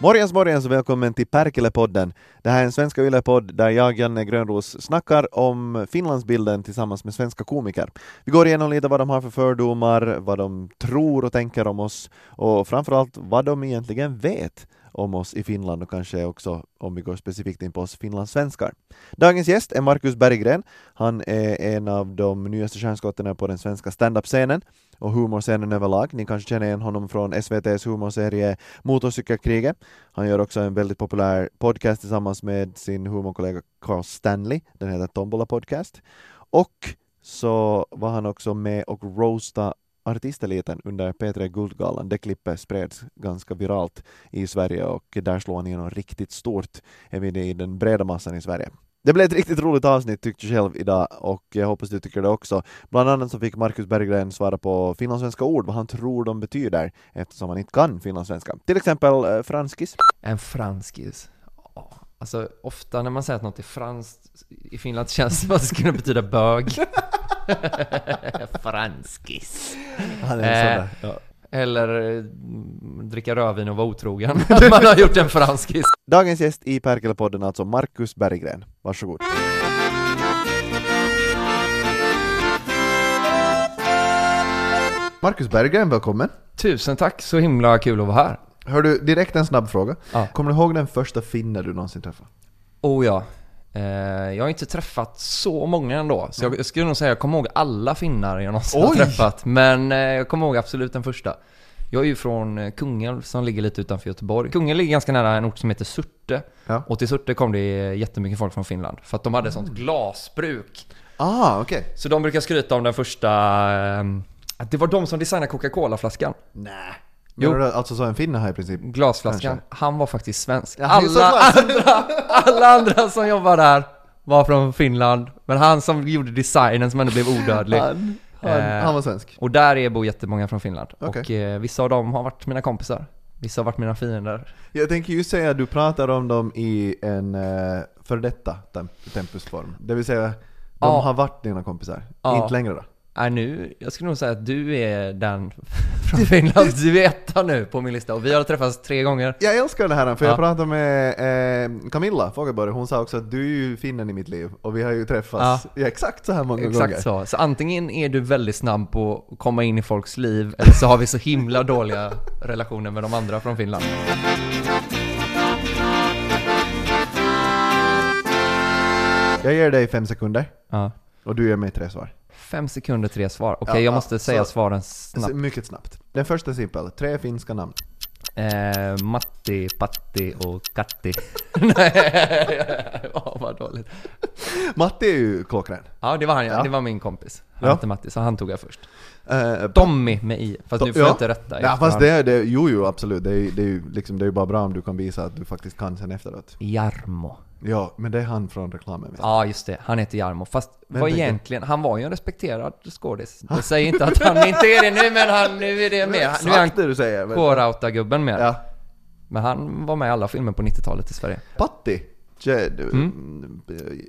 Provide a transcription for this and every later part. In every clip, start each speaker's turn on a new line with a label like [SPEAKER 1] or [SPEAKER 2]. [SPEAKER 1] Morjens, morjens och välkommen till Perkele-podden. Det här är en svenska yle-podd där jag, Janne Grönros, snackar om Finlandsbilden tillsammans med svenska komiker. Vi går igenom lite vad de har för fördomar, vad de tror och tänker om oss och framförallt vad de egentligen vet om oss i Finland och kanske också om vi går specifikt in på oss finlandssvenskar. Dagens gäst är Marcus Berggren. Han är en av de nyaste stjärnskotten på den svenska standup-scenen och humorscenen överlag. Ni kanske känner igen honom från SVTs humorserie Motorcykelkriget. Han gör också en väldigt populär podcast tillsammans med sin humorkollega Carl Stanley. Den heter Tombola Podcast. Och så var han också med och roasta artisteliten under P3 Guldgalan. Det klippet spreds ganska viralt i Sverige och där slår han igenom riktigt stort även i den breda massan i Sverige. Det blev ett riktigt roligt avsnitt tyckte jag själv idag och jag hoppas du tycker det också. Bland annat så fick Marcus Berggren svara på finlandssvenska ord, vad han tror de betyder eftersom han inte kan finlandssvenska. Till exempel eh, franskis.
[SPEAKER 2] En franskis. Ja, Alltså ofta när man säger att något är franskt i Finland så känns det som att det skulle betyda bög. franskis.
[SPEAKER 1] Han
[SPEAKER 2] Eh,
[SPEAKER 1] är en sån där. Ja.
[SPEAKER 2] Eller mm, dricka rödvin och vara otrogen. Att man har gjort en franskis.
[SPEAKER 1] Dagens gäst i Perkele-podden alltså Marcus Berggren. Varsågod. Marcus Berggren, välkommen.
[SPEAKER 2] Tusen tack, så himla kul att vara här.
[SPEAKER 1] Hör du, direkt en snabb fråga.
[SPEAKER 2] Ja.
[SPEAKER 1] Kommer du ihåg den första finne du någonsin träffade?
[SPEAKER 2] Oh ja. Eh, Jag har inte träffat så många ändå. Så jag, jag skulle nog säga jag kommer ihåg alla finnar jag någonsin har
[SPEAKER 1] Mm. Oj!
[SPEAKER 2] träffat. Men eh, jag kommer ihåg absolut den första. Jag är ju från eh, Kungälv som ligger lite utanför Göteborg. Kungälv ligger ganska nära en ort som heter Surte.
[SPEAKER 1] Ja. Mm.
[SPEAKER 2] Och till Surte kom det eh, jättemycket folk från Finland. För att de hade sånt glasbruk.
[SPEAKER 1] Ah, okej.
[SPEAKER 2] Så de brukar skryta om den första... eh, Att det var de som designade Coca-Cola-flaskan.
[SPEAKER 1] Nej.
[SPEAKER 2] Jo.
[SPEAKER 1] Menar du alltså så en finne här i princip?
[SPEAKER 2] Glasflaskan. Han var faktiskt svensk.
[SPEAKER 1] Ja, det är så
[SPEAKER 2] alla,
[SPEAKER 1] klart.
[SPEAKER 2] andra, alla andra som jobbar där var från Finland. Men han som gjorde designen som ändå blev odödlig.
[SPEAKER 1] Han, han,
[SPEAKER 2] Eh.
[SPEAKER 1] han var svensk.
[SPEAKER 2] Och där är bor jättemånga från Finland.
[SPEAKER 1] Okej.
[SPEAKER 2] Och eh, vissa av dem har varit mina kompisar. Vissa har varit mina fiender.
[SPEAKER 1] Jag tänker ju säga att du pratar om dem i en eh, för detta tem- tempusform. Det vill säga, de
[SPEAKER 2] Ja.
[SPEAKER 1] har varit dina kompisar.
[SPEAKER 2] Ja.
[SPEAKER 1] Inte längre då.
[SPEAKER 2] Äh, nu, jag skulle nog säga att du är den från Finland. Du är etta nu på min lista. Och vi har träffats tre gånger.
[SPEAKER 1] Jag älskar det här, för
[SPEAKER 2] Ja.
[SPEAKER 1] jag pratade med eh, Camilla Fogelborg, hon sa också att du är ju finnen i mitt liv och vi har ju träffats ja. exakt så här många gånger.
[SPEAKER 2] Exakt så. Så antingen är du väldigt snabb på att komma in i folks liv, eller så har vi så himla dåliga relationer med de andra från Finland.
[SPEAKER 1] Jag ger dig fem sekunder
[SPEAKER 2] Ja.
[SPEAKER 1] och du ger mig tre svar.
[SPEAKER 2] Fem sekunder, tre svar.
[SPEAKER 1] Ja,
[SPEAKER 2] Okej, jag
[SPEAKER 1] ja,
[SPEAKER 2] måste säga
[SPEAKER 1] så-
[SPEAKER 2] svaren
[SPEAKER 1] S-
[SPEAKER 2] snabbt.
[SPEAKER 1] Mycket snabbt. Den första är simpel, tre finska namn.
[SPEAKER 2] Eh, Matti, Patti och Katti. Nej, oh, vad dåligt.
[SPEAKER 1] Matti är ju klockren.
[SPEAKER 2] Ja, det var han ja.
[SPEAKER 1] Ja.
[SPEAKER 2] Det var min kompis. Han
[SPEAKER 1] Ja.
[SPEAKER 2] hette Matti, så han tog jag först.
[SPEAKER 1] Eh,
[SPEAKER 2] Tommy med i. Fast nu får jag inte rätta. i
[SPEAKER 1] Ja, fast
[SPEAKER 2] efterhand.
[SPEAKER 1] det, är- det, jo, jo absolut. Det är, ju- det, är ju liksom, det är ju bara bra om du kan visa att du faktiskt kan sen efteråt.
[SPEAKER 2] Jarmo.
[SPEAKER 1] Ja, men det är han från reklamen. vet jag.
[SPEAKER 2] Ja, just det. Han heter Jarmo. Fast vad
[SPEAKER 1] tänker-
[SPEAKER 2] egentligen, han var ju en respekterad skådis. Jag säger inte att han inte är det nu, men han, nu är det
[SPEAKER 1] Det är
[SPEAKER 2] mer. Nu är han
[SPEAKER 1] Exakt det du säger. men-
[SPEAKER 2] kårauta-gubben mer.
[SPEAKER 1] Ja.
[SPEAKER 2] Men han var med i alla filmer på 90-talet i Sverige.
[SPEAKER 1] Patti. Tje- du-
[SPEAKER 2] Mm.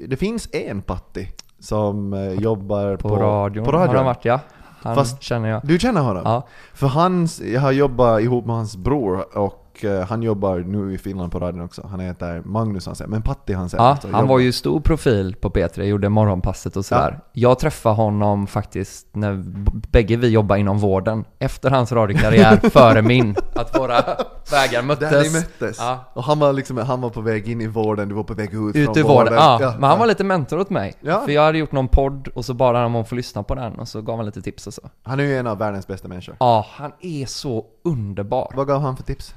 [SPEAKER 1] Det finns en Patti som eh, jobbar på,
[SPEAKER 2] På, radion
[SPEAKER 1] På
[SPEAKER 2] har han
[SPEAKER 1] radion.
[SPEAKER 2] varit, ja. Han
[SPEAKER 1] Fast-
[SPEAKER 2] känner jag.
[SPEAKER 1] Du känner honom?
[SPEAKER 2] Ja.
[SPEAKER 1] För hans, jag har jobbat ihop med hans bror och eh, han jobbar nu i Finland på radion också. Han heter Magnus han säger, men Patti han säger.
[SPEAKER 2] Ja,
[SPEAKER 1] alltså,
[SPEAKER 2] han
[SPEAKER 1] jobbar-
[SPEAKER 2] var ju stor profil på P3, gjorde morgonpasset och sådär. Jag träffade honom faktiskt när b- bägge vi jobbade inom vården. Efter hans radiokarriär, före min. Att våra vägar möttes.
[SPEAKER 1] Där ni möttes.
[SPEAKER 2] Ja.
[SPEAKER 1] Och han var, liksom, han var på väg in i vården, du var på väg ut
[SPEAKER 2] Ut
[SPEAKER 1] från
[SPEAKER 2] ur vården, ja. Men han
[SPEAKER 1] ja.
[SPEAKER 2] var lite mentor åt mig.
[SPEAKER 1] Ja.
[SPEAKER 2] För jag hade gjort någon podd och så bad han om att få lyssna på den och så gav han lite tips och så.
[SPEAKER 1] Han är ju en av världens bästa människor.
[SPEAKER 2] Ja, han är så underbar.
[SPEAKER 1] Vad gav han för tips?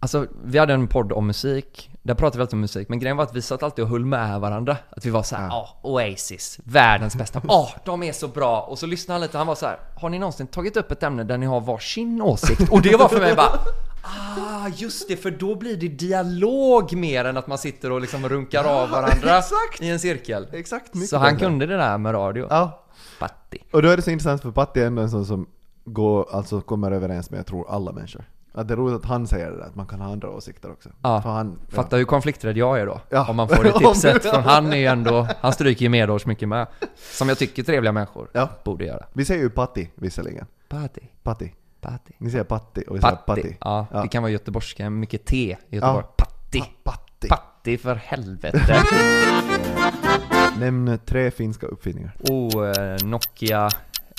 [SPEAKER 2] Alltså, vi hade en podd om musik. Där pratade vi alltid om musik. Men grejen var att vi satt alltid och höll med varandra. Att vi var så här, ja, Oasis, världens bästa. Ja, de är så bra. Och så lyssnade han lite. Han var så här, har ni någonsin tagit upp ett ämne där ni har varsin åsikt? Och det var för mig bara, ah, just det, för då blir det dialog mer än att man sitter och liksom runkar av varandra
[SPEAKER 1] exakt.
[SPEAKER 2] i en cirkel.
[SPEAKER 1] Exakt, mycket
[SPEAKER 2] Så han
[SPEAKER 1] bättre.
[SPEAKER 2] kunde det där med radio.
[SPEAKER 1] Ja.
[SPEAKER 2] Patti.
[SPEAKER 1] Och då är det så intressant för Patti är ändå en sån som går, alltså kommer överens med, jag tror, alla människor. Att det är roligt att han säger det där, att man kan ha andra åsikter också.
[SPEAKER 2] Ja,
[SPEAKER 1] För han,
[SPEAKER 2] Fatta hur konflikträdd jag är då.
[SPEAKER 1] Ja.
[SPEAKER 2] Om man får det
[SPEAKER 1] Om
[SPEAKER 2] tipset
[SPEAKER 1] du-
[SPEAKER 2] från han är ju ändå, han stryker ju medhårs mycket med. Som jag tycker trevliga människor
[SPEAKER 1] Ja.
[SPEAKER 2] borde göra.
[SPEAKER 1] Vi säger ju Patti visserligen.
[SPEAKER 2] Patti.
[SPEAKER 1] Patti.
[SPEAKER 2] Patti.
[SPEAKER 1] Ni säger patti och vi säger
[SPEAKER 2] Patti.
[SPEAKER 1] patti.
[SPEAKER 2] Ja,
[SPEAKER 1] Ja.
[SPEAKER 2] det kan vara göteborgska, mycket T i Göteborg. Patti.
[SPEAKER 1] Patti.
[SPEAKER 2] Patti för helvete.
[SPEAKER 1] Nämn tre finska uppfinningar.
[SPEAKER 2] Oh, eh, Nokia,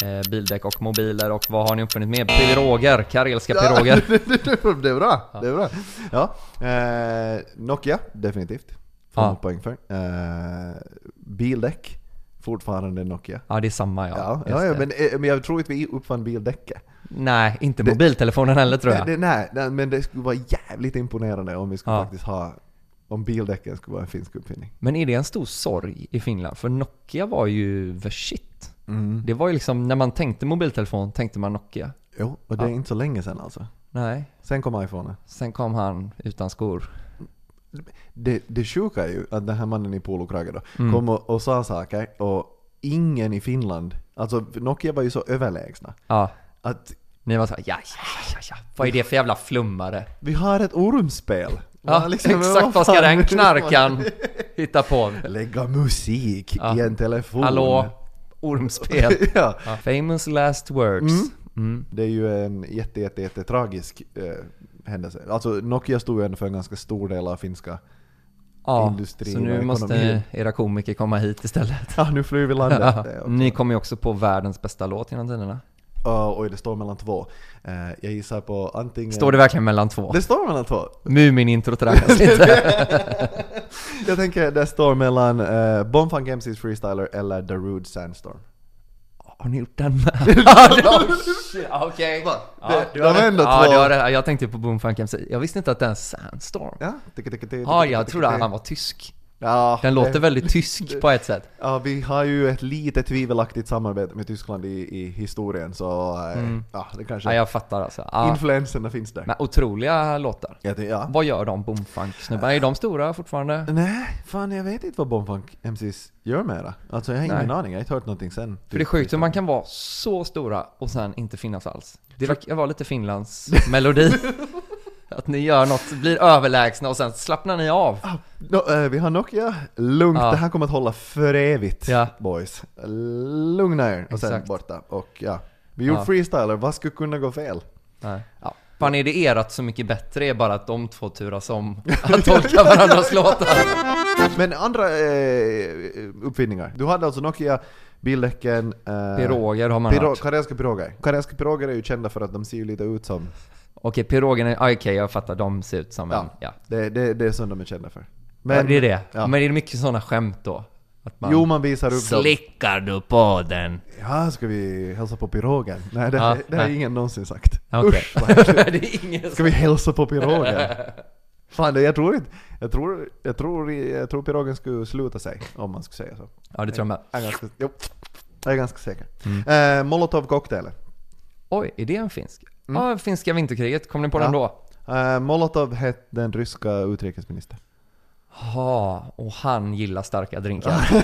[SPEAKER 2] eh, bildäck och mobiler och vad har ni uppfunnit mer? Piroger, karelska piroger.
[SPEAKER 1] det är bra! Det är bra. Ja. Eh, Nokia, definitivt. Får
[SPEAKER 2] Ja.
[SPEAKER 1] man poäng för. Eh, bildäck, fortfarande Nokia.
[SPEAKER 2] Ja, det är samma ja.
[SPEAKER 1] Ja,
[SPEAKER 2] Just
[SPEAKER 1] ja, ja
[SPEAKER 2] det.
[SPEAKER 1] men, eh, men jag tror inte vi uppfann bildäcket.
[SPEAKER 2] Nej, inte mobiltelefonen heller tror jag.
[SPEAKER 1] Nej, det- nej, nej, men det skulle vara jävligt imponerande om vi skulle
[SPEAKER 2] Ja.
[SPEAKER 1] faktiskt ha... Om bildäcken skulle vara en finsk uppfinning.
[SPEAKER 2] Men är det en stor sorg i Finland? För Nokia var ju the shit. Det var ju liksom, när man tänkte mobiltelefon tänkte man Nokia.
[SPEAKER 1] Jo, och det är inte så länge sedan alltså.
[SPEAKER 2] Nej,
[SPEAKER 1] Sen kom iPhone.
[SPEAKER 2] sen kom han utan skor.
[SPEAKER 1] Det, det sjuka är ju att den här mannen i polokrage då
[SPEAKER 2] Mm.
[SPEAKER 1] kom och, och sa saker och ingen i Finland, alltså Nokia var ju så överlägsna.
[SPEAKER 2] Ja,
[SPEAKER 1] Att
[SPEAKER 2] ni var såhär ja, ja, ja, ja. Vad är det för jävla flummare?
[SPEAKER 1] vi har ett ormspel.
[SPEAKER 2] Ja,
[SPEAKER 1] Man liksom,
[SPEAKER 2] exakt vad ska
[SPEAKER 1] fan?
[SPEAKER 2] den knarkan hitta på?
[SPEAKER 1] Lägga musik i en telefon.
[SPEAKER 2] Hallå, ormspel.
[SPEAKER 1] ja.
[SPEAKER 2] Ja. Famous last words. Mm.
[SPEAKER 1] Det är ju en jätte, jätte, jätte tragisk eh, händelse. Alltså Nokia stod ju ändå för en ganska stor del av finska...
[SPEAKER 2] Ja,
[SPEAKER 1] Industrin
[SPEAKER 2] så
[SPEAKER 1] och
[SPEAKER 2] nu
[SPEAKER 1] ekonomin.
[SPEAKER 2] måste era komiker komma hit istället.
[SPEAKER 1] Ja, nu flyr vi landet. Det är också-
[SPEAKER 2] Ni kom ju också på världens bästa låt genom tiderna.
[SPEAKER 1] Ja, oj, det står mellan två. Eh, jag gissar på antingen...
[SPEAKER 2] Står det verkligen mellan två?
[SPEAKER 1] Det står mellan två.
[SPEAKER 2] Mumin-introt räknas inte.
[SPEAKER 1] Jag tänker det står mellan eh, Bonfunk MC's Freestyler eller The Rude Sandstorm.
[SPEAKER 2] Har ni gjort den med? Ja, det- Oh, shit, Ah, Okej. Ja,
[SPEAKER 1] Det-
[SPEAKER 2] du har
[SPEAKER 1] de
[SPEAKER 2] rätt.
[SPEAKER 1] ändå
[SPEAKER 2] Ja,
[SPEAKER 1] två.
[SPEAKER 2] du har rätt. Jag tänkte på Boomfunk MC. Jag visste inte att det är en Sandstorm.
[SPEAKER 1] Ja, ticka, ticka, ticka,
[SPEAKER 2] Ja,
[SPEAKER 1] ticka,
[SPEAKER 2] jag
[SPEAKER 1] ticka,
[SPEAKER 2] trodde
[SPEAKER 1] ticka.
[SPEAKER 2] att han var tysk.
[SPEAKER 1] Ja,
[SPEAKER 2] Den
[SPEAKER 1] det-
[SPEAKER 2] låter väldigt tysk på ett sätt.
[SPEAKER 1] Ja, vi har ju ett lite tvivelaktigt samarbete med Tyskland i, i historien så eh, ja, det kanske...
[SPEAKER 2] Mm. Ja, jag fattar alltså. Ja.
[SPEAKER 1] Influenserna finns där.
[SPEAKER 2] Men otroliga låtar.
[SPEAKER 1] Jag tänkte, ja.
[SPEAKER 2] Vad gör de Boomfunk-snubbarna? Är de stora fortfarande?
[SPEAKER 1] Nej, fan jag vet inte vad Bonfunk MCs gör mera. Alltså jag har ingen
[SPEAKER 2] Nej.
[SPEAKER 1] aning, jag har inte hört någonting sen.
[SPEAKER 2] För det är sjukt hur man kan vara så stora och sen inte finnas alls. Det verkar vara lite Finlands melodi. Att ni gör något, blir överlägsna och sen slappnar ni av.
[SPEAKER 1] No, eh, vi har Nokia, lugnt,
[SPEAKER 2] Ja.
[SPEAKER 1] det här kommer att hålla för evigt
[SPEAKER 2] Ja.
[SPEAKER 1] boys. Lugna er och sen
[SPEAKER 2] Exakt.
[SPEAKER 1] borta. Och ja, vi gjorde
[SPEAKER 2] Ja.
[SPEAKER 1] freestyler, vad skulle kunna gå fel?
[SPEAKER 2] Nej. Fan är det ert så mycket bättre är bara att de två turas om att tolka varandras låtar.
[SPEAKER 1] Men andra eh, uppfinningar. Du hade alltså Nokia, bildäcken... Eh,
[SPEAKER 2] Piroger har man
[SPEAKER 1] Piro-
[SPEAKER 2] hört.
[SPEAKER 1] Karelska piroger. Karelska piroger är ju kända för att de ser ju lite ut som...
[SPEAKER 2] Okej, pirogerna, ah, okej jag fattar, de ser ut som en,
[SPEAKER 1] Ja,
[SPEAKER 2] ja.
[SPEAKER 1] Det, det, det är sånt de är kända för.
[SPEAKER 2] Men, det är det.
[SPEAKER 1] Ja.
[SPEAKER 2] Men är det mycket sådana skämt då? Att man,
[SPEAKER 1] Jo, man visar upp dem.
[SPEAKER 2] Slickar du på den?
[SPEAKER 1] Ja, ska vi hälsa på pirogen? Nej, det,
[SPEAKER 2] Ja,
[SPEAKER 1] det har
[SPEAKER 2] nej.
[SPEAKER 1] ingen någonsin sagt.
[SPEAKER 2] Okej.
[SPEAKER 1] Usch, vad äckligt.
[SPEAKER 2] det är ingen
[SPEAKER 1] Ska vi hälsa på pirogen? Fan, det, jag tror inte... Jag tror, jag tror, jag tror pirogen skulle sluta sig, om man skulle säga så.
[SPEAKER 2] Ja, det tror jag med.
[SPEAKER 1] Jag är ganska, jo, jag är ganska säker.
[SPEAKER 2] Mm.
[SPEAKER 1] Eh, Molotov cocktailen.
[SPEAKER 2] Oj, är det en finsk? Ja, finska vinterkriget. Kom ni på den
[SPEAKER 1] Mm. Ja.
[SPEAKER 2] då?
[SPEAKER 1] Eh, Molotov hette den ryska utrikesministern.
[SPEAKER 2] Ja, och han gillar starka drinkar.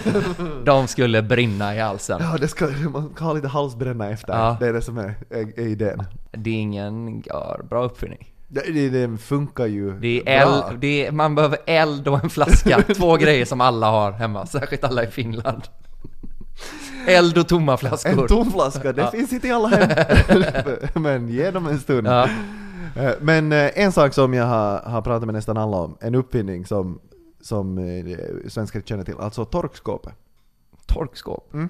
[SPEAKER 2] De skulle brinna i halsen.
[SPEAKER 1] Ja, det ska, man ska ha lite halsbränna efter.
[SPEAKER 2] Ja.
[SPEAKER 1] Det är det som är, är, är idén.
[SPEAKER 2] Det är ingen gör, bra uppfinning.
[SPEAKER 1] Det, det, det funkar ju
[SPEAKER 2] Det är
[SPEAKER 1] bra.
[SPEAKER 2] eld, det är, man behöver eld och en flaska. Två grejer som alla har hemma, särskilt alla i Finland. Eld och tomma
[SPEAKER 1] En
[SPEAKER 2] flaskor.
[SPEAKER 1] tom flaska, det finns inte i alla hem. Men ge dem en stund.
[SPEAKER 2] Ja.
[SPEAKER 1] Eh, Men eh, en sak som jag har, har pratat med nästan alla om, en uppfinning som, som eh, svenskar känner till, alltså torkskåpet.
[SPEAKER 2] Torkskåp. Mm.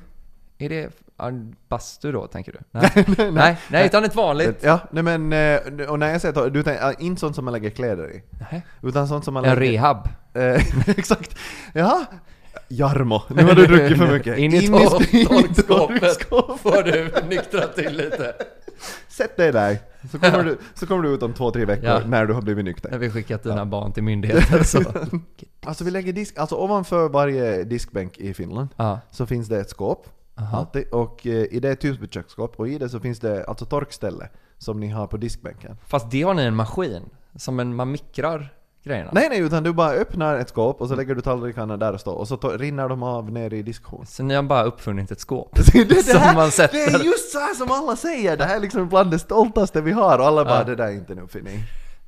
[SPEAKER 2] Är det ja, bastu då, tänker du? Nej, nej, nej, utan ett vanligt.
[SPEAKER 1] Ja, nej men, eh, och när jag säger tork, du tänker, ah, inte sånt som man lägger kläder i.
[SPEAKER 2] Nej.
[SPEAKER 1] Utan sånt som man
[SPEAKER 2] En
[SPEAKER 1] lägger...
[SPEAKER 2] rehab.
[SPEAKER 1] Eh, exakt. Ja. Jarmo, nu har du druckit för mycket.
[SPEAKER 2] In i
[SPEAKER 1] sk- in i
[SPEAKER 2] torkskåpet
[SPEAKER 1] torkskåpet.
[SPEAKER 2] får du nyktra till lite.
[SPEAKER 1] Sätt dig där, så kommer, du, så kommer du ut om två, tre veckor
[SPEAKER 2] Ja.
[SPEAKER 1] när du har blivit nykter.
[SPEAKER 2] När vi skickat dina barn till myndigheter så.
[SPEAKER 1] Alltså vi lägger disk, alltså ovanför varje diskbänk i Finland
[SPEAKER 2] Ja.
[SPEAKER 1] så finns det ett skåp. Alltid, och eh, i det är ett Husby köksskåp och i det så finns det alltså torkställe som ni har på diskbänken.
[SPEAKER 2] Fast det har ni en maskin. Som en, man mikrar grejerna.
[SPEAKER 1] Nej nej, utan du bara öppnar ett skåp och så lägger du tallrikarna där och står och så to- rinner de av ner i diskhon.
[SPEAKER 2] Så ni har bara uppfunnit ett skåp.
[SPEAKER 1] Det, det,
[SPEAKER 2] Som
[SPEAKER 1] här,
[SPEAKER 2] man sätter.
[SPEAKER 1] det är just så här som alla säger, det här är liksom bland det stoltaste vi har och alla bara det där är inte en uppfinning.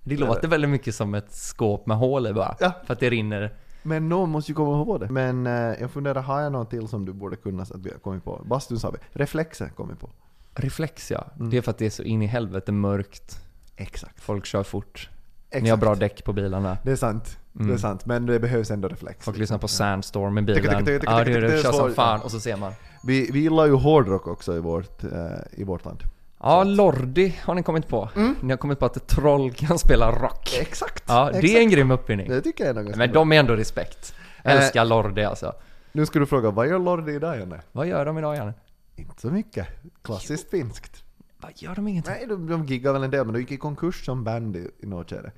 [SPEAKER 2] Det låter väldigt mycket som ett skåp med hål i bara.
[SPEAKER 1] Ja.
[SPEAKER 2] För att det rinner.
[SPEAKER 1] Men någon måste ju komma ihåg det. Men eh, jag funderar, har jag något till som du borde kunna så att vi har kommit på? Bastun sa vi, reflexer kom vi på.
[SPEAKER 2] Reflex ja. Det är för att det är så in i helvete mörkt.
[SPEAKER 1] Exakt.
[SPEAKER 2] Folk kör fort.
[SPEAKER 1] Exakt.
[SPEAKER 2] Ni har bra Mm. däck på bilarna.
[SPEAKER 1] Det är sant. Det är sant, men det behövs ändå reflex.
[SPEAKER 2] Folk lyssnar på Sandstorm med
[SPEAKER 1] tycker,
[SPEAKER 2] bilen.
[SPEAKER 1] tycker, tycker,
[SPEAKER 2] Ja, det
[SPEAKER 1] tycker,
[SPEAKER 2] är det.
[SPEAKER 1] tycker,
[SPEAKER 2] Kör som
[SPEAKER 1] så-
[SPEAKER 2] fan och så ser man.
[SPEAKER 1] Vi, vi gillar ju hårdrock också i vårt, eh, i vårt land.
[SPEAKER 2] Ja, Lordi har ni kommit på.
[SPEAKER 1] Mm.
[SPEAKER 2] Ni har kommit på att ett troll kan spela rock.
[SPEAKER 1] Exakt!
[SPEAKER 2] Ja, det är en grym uppfinning.
[SPEAKER 1] Det tycker jag är något ganska
[SPEAKER 2] Men
[SPEAKER 1] bra.
[SPEAKER 2] de är ändå respekt.
[SPEAKER 1] Eh.
[SPEAKER 2] Älskar Lordi alltså.
[SPEAKER 1] Nu ska du fråga, vad gör Lordi idag Janne?
[SPEAKER 2] Vad gör de idag Janne?
[SPEAKER 1] Inte så mycket. Klassiskt finskt.
[SPEAKER 2] Vad gör de ingenting?
[SPEAKER 1] Nej, de, de giggar väl en del, men de gick i konkurs som band i, i något skede.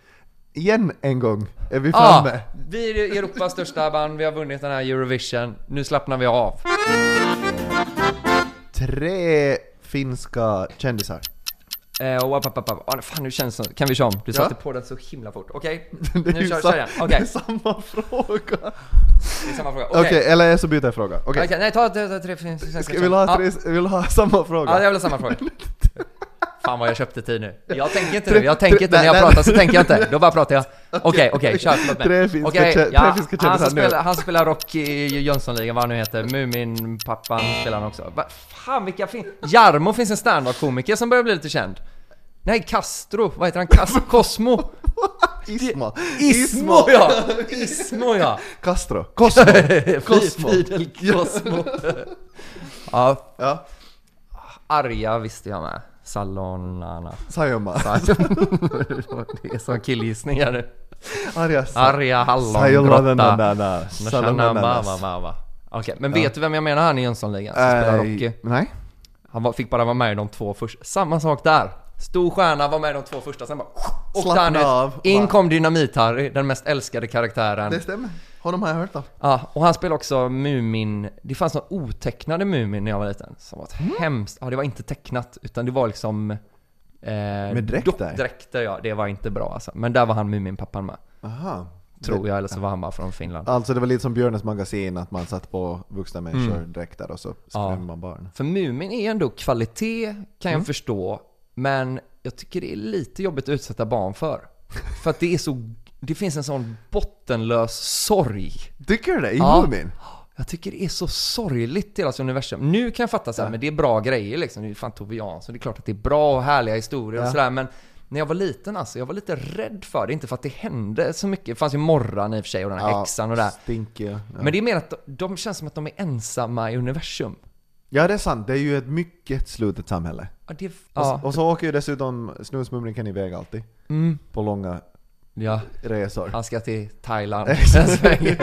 [SPEAKER 1] Igen en gång är vi
[SPEAKER 2] Ah,
[SPEAKER 1] framme.
[SPEAKER 2] vi är Europas största band, vi har vunnit den här Eurovision. Nu slappnar vi av.
[SPEAKER 1] Tre finska kändisar.
[SPEAKER 2] Eh, och upp, upp, upp, upp. Ah, fan nu känns det Kan vi köra om? Du
[SPEAKER 1] Ja.
[SPEAKER 2] satte på den så himla fort. Okej,
[SPEAKER 1] Det är
[SPEAKER 2] nu
[SPEAKER 1] ju
[SPEAKER 2] kör,
[SPEAKER 1] sam-
[SPEAKER 2] kör igen. Okej,
[SPEAKER 1] Det är samma fråga.
[SPEAKER 2] det är samma fråga. Okej,
[SPEAKER 1] Okej, eller så byter jag fråga. Okej.
[SPEAKER 2] Okej, nej ta, ta, ta tre, fem, sex, sex,
[SPEAKER 1] Ska vi ha, tre,
[SPEAKER 2] Ja,
[SPEAKER 1] vill du ha samma fråga?
[SPEAKER 2] ja, jag vill ha samma fråga. Fan vad jag köpte tid nu. Jag tänker inte nu, jag
[SPEAKER 1] tre-
[SPEAKER 2] tänker inte när jag
[SPEAKER 1] nej,
[SPEAKER 2] pratar
[SPEAKER 1] nej.
[SPEAKER 2] så tänker jag inte. Då bara pratar jag. Okej, okej, kör. Förlåt mig.
[SPEAKER 1] Tre finska
[SPEAKER 2] Okej,
[SPEAKER 1] kä- tre finska
[SPEAKER 2] han, som
[SPEAKER 1] kändisar nu.
[SPEAKER 2] spelar, han som spelar rock i Jönssonligan, vad han nu heter. Muminpappan spelar han också. Va, fan vilka fin... Jarmo finns en standup-komiker som börjar bli lite känd. Nej, Castro. Vad heter han? Kas- Cosmo.
[SPEAKER 1] Ismo.
[SPEAKER 2] Ismo ja! Ismo ja!
[SPEAKER 1] Castro. Cosmo. Cosmo.
[SPEAKER 2] Fidel Cosmo. ja,
[SPEAKER 1] Ja,
[SPEAKER 2] arga visste jag med. Salonarna.
[SPEAKER 1] Sayoma.
[SPEAKER 2] Det är som killgissning här nu.
[SPEAKER 1] Arja. Sa-
[SPEAKER 2] Arga hallongrotta.
[SPEAKER 1] Sayonara.
[SPEAKER 2] Nashana mama
[SPEAKER 1] Sayonara.
[SPEAKER 2] mama. Okej, men vet du vem jag menar här i Jönssonligan som spelar
[SPEAKER 1] Eh,
[SPEAKER 2] Rocky?
[SPEAKER 1] Nej.
[SPEAKER 2] Han var, fick bara vara med i de två första. Samma sak där. Stor stjärna var med i de två första, sen bara... åkte han
[SPEAKER 1] Slappna
[SPEAKER 2] ut.
[SPEAKER 1] av.
[SPEAKER 2] In
[SPEAKER 1] Va?
[SPEAKER 2] kom Dynamit-Harry, den mest älskade karaktären.
[SPEAKER 1] Det stämmer. Honom har jag hört av.
[SPEAKER 2] Ja, och han spelade också Mumin... Det fanns några otecknade Mumin när jag var liten. Som var ett hemskt... Ja, det var inte tecknat, utan det var liksom... Eh, Med
[SPEAKER 1] dräkter?
[SPEAKER 2] Dräkter, ja. Det var inte bra alltså. Men där var han Muminpappan med.
[SPEAKER 1] Aha.
[SPEAKER 2] Tror jag, eller så var han bara från Finland.
[SPEAKER 1] Alltså det var lite som Björnes magasin, att man satt på vuxna
[SPEAKER 2] Mm.
[SPEAKER 1] människor direkt där och så skrämmer man barn.
[SPEAKER 2] För Mumin är ändå kvalitet, kan jag förstå. Men jag tycker det är lite jobbigt att utsätta barn för. För att det är så... Det finns en sån bottenlös sorg
[SPEAKER 1] Tycker du det? I
[SPEAKER 2] Ja.
[SPEAKER 1] Mumin?
[SPEAKER 2] Jag tycker det är så sorgligt deras universum. Nu kan jag fatta så här, men det är bra grejer liksom. Det är fan Tove Jansson, det är klart att det är bra och härliga historier och
[SPEAKER 1] Ja.
[SPEAKER 2] sådär. Men när jag var liten alltså, jag var lite rädd för det. Inte för att det hände så mycket. Det fanns ju Morran i och för sig och den här häxan och det där.
[SPEAKER 1] Stinky. Ja.
[SPEAKER 2] Men det är mer att de, de känns som att de är ensamma i universum.
[SPEAKER 1] ja, det är sant. Det är ju ett mycket slutet samhälle.
[SPEAKER 2] Ja, det,
[SPEAKER 1] Och,
[SPEAKER 2] ja.
[SPEAKER 1] så, Alltså, och så åker ju dessutom Snusmumriken iväg alltid. På långa
[SPEAKER 2] ja.
[SPEAKER 1] resor.
[SPEAKER 2] Mm. Han ska till Thailand. En sväng.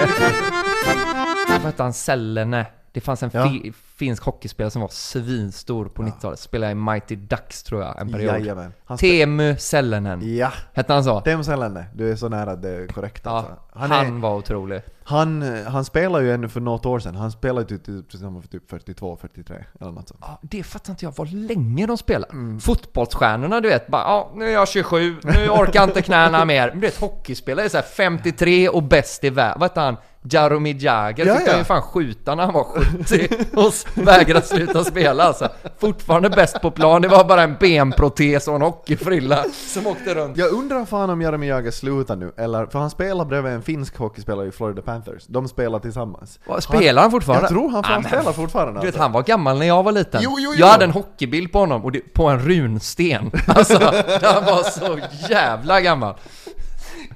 [SPEAKER 2] Vad hette han? Sellene. Det fanns en
[SPEAKER 1] Ja.
[SPEAKER 2] fi, finsk hockeyspelare som var svinstor på 90-talet. Spelade i Mighty Ducks tror jag, en period.
[SPEAKER 1] Jajamän. Han spe-
[SPEAKER 2] Teemu Sellenen.
[SPEAKER 1] ja.
[SPEAKER 2] Hette han så?
[SPEAKER 1] Demselänne. Du är så nära det korrekta.
[SPEAKER 2] Ja,
[SPEAKER 1] alltså.
[SPEAKER 2] han,
[SPEAKER 1] Han, är,
[SPEAKER 2] var otrolig.
[SPEAKER 1] han, han spelar ju ännu för något år sedan. Han spelade ju typ tillsammans för typ 42-43 eller något sånt.
[SPEAKER 2] Ja, det fattar inte jag vad länge de spelar. Fotbollsstjärnorna du vet, bara ja, nu är jag 27, nu orkar inte knäna mer. Men du vet hockeyspelare är så här 53 och bäst i världen. Vad hette han? Jaromir Jagr
[SPEAKER 1] Ja,
[SPEAKER 2] fick
[SPEAKER 1] ja.
[SPEAKER 2] han ju fan skjuta när han var 70 och s- vägrade sluta spela alltså. Fortfarande bäst på plan, det var bara en benprotes och en hockeyfrilla som åkte runt.
[SPEAKER 1] Jag undrar fan om Jeremy Jagr slutar nu, eller, för han spelar bredvid en finsk hockeyspelare i Florida Panthers. De spelar tillsammans.
[SPEAKER 2] Vad, Spelar han fortfarande?
[SPEAKER 1] Jag tror han
[SPEAKER 2] Ja,
[SPEAKER 1] fan
[SPEAKER 2] men
[SPEAKER 1] spelar fortfarande.
[SPEAKER 2] Du vet,
[SPEAKER 1] alltså.
[SPEAKER 2] han var gammal när jag var liten.
[SPEAKER 1] Jo, jo, jo.
[SPEAKER 2] Jag hade en hockeybild på honom och det, på en runsten. Alltså, han var så jävla gammal.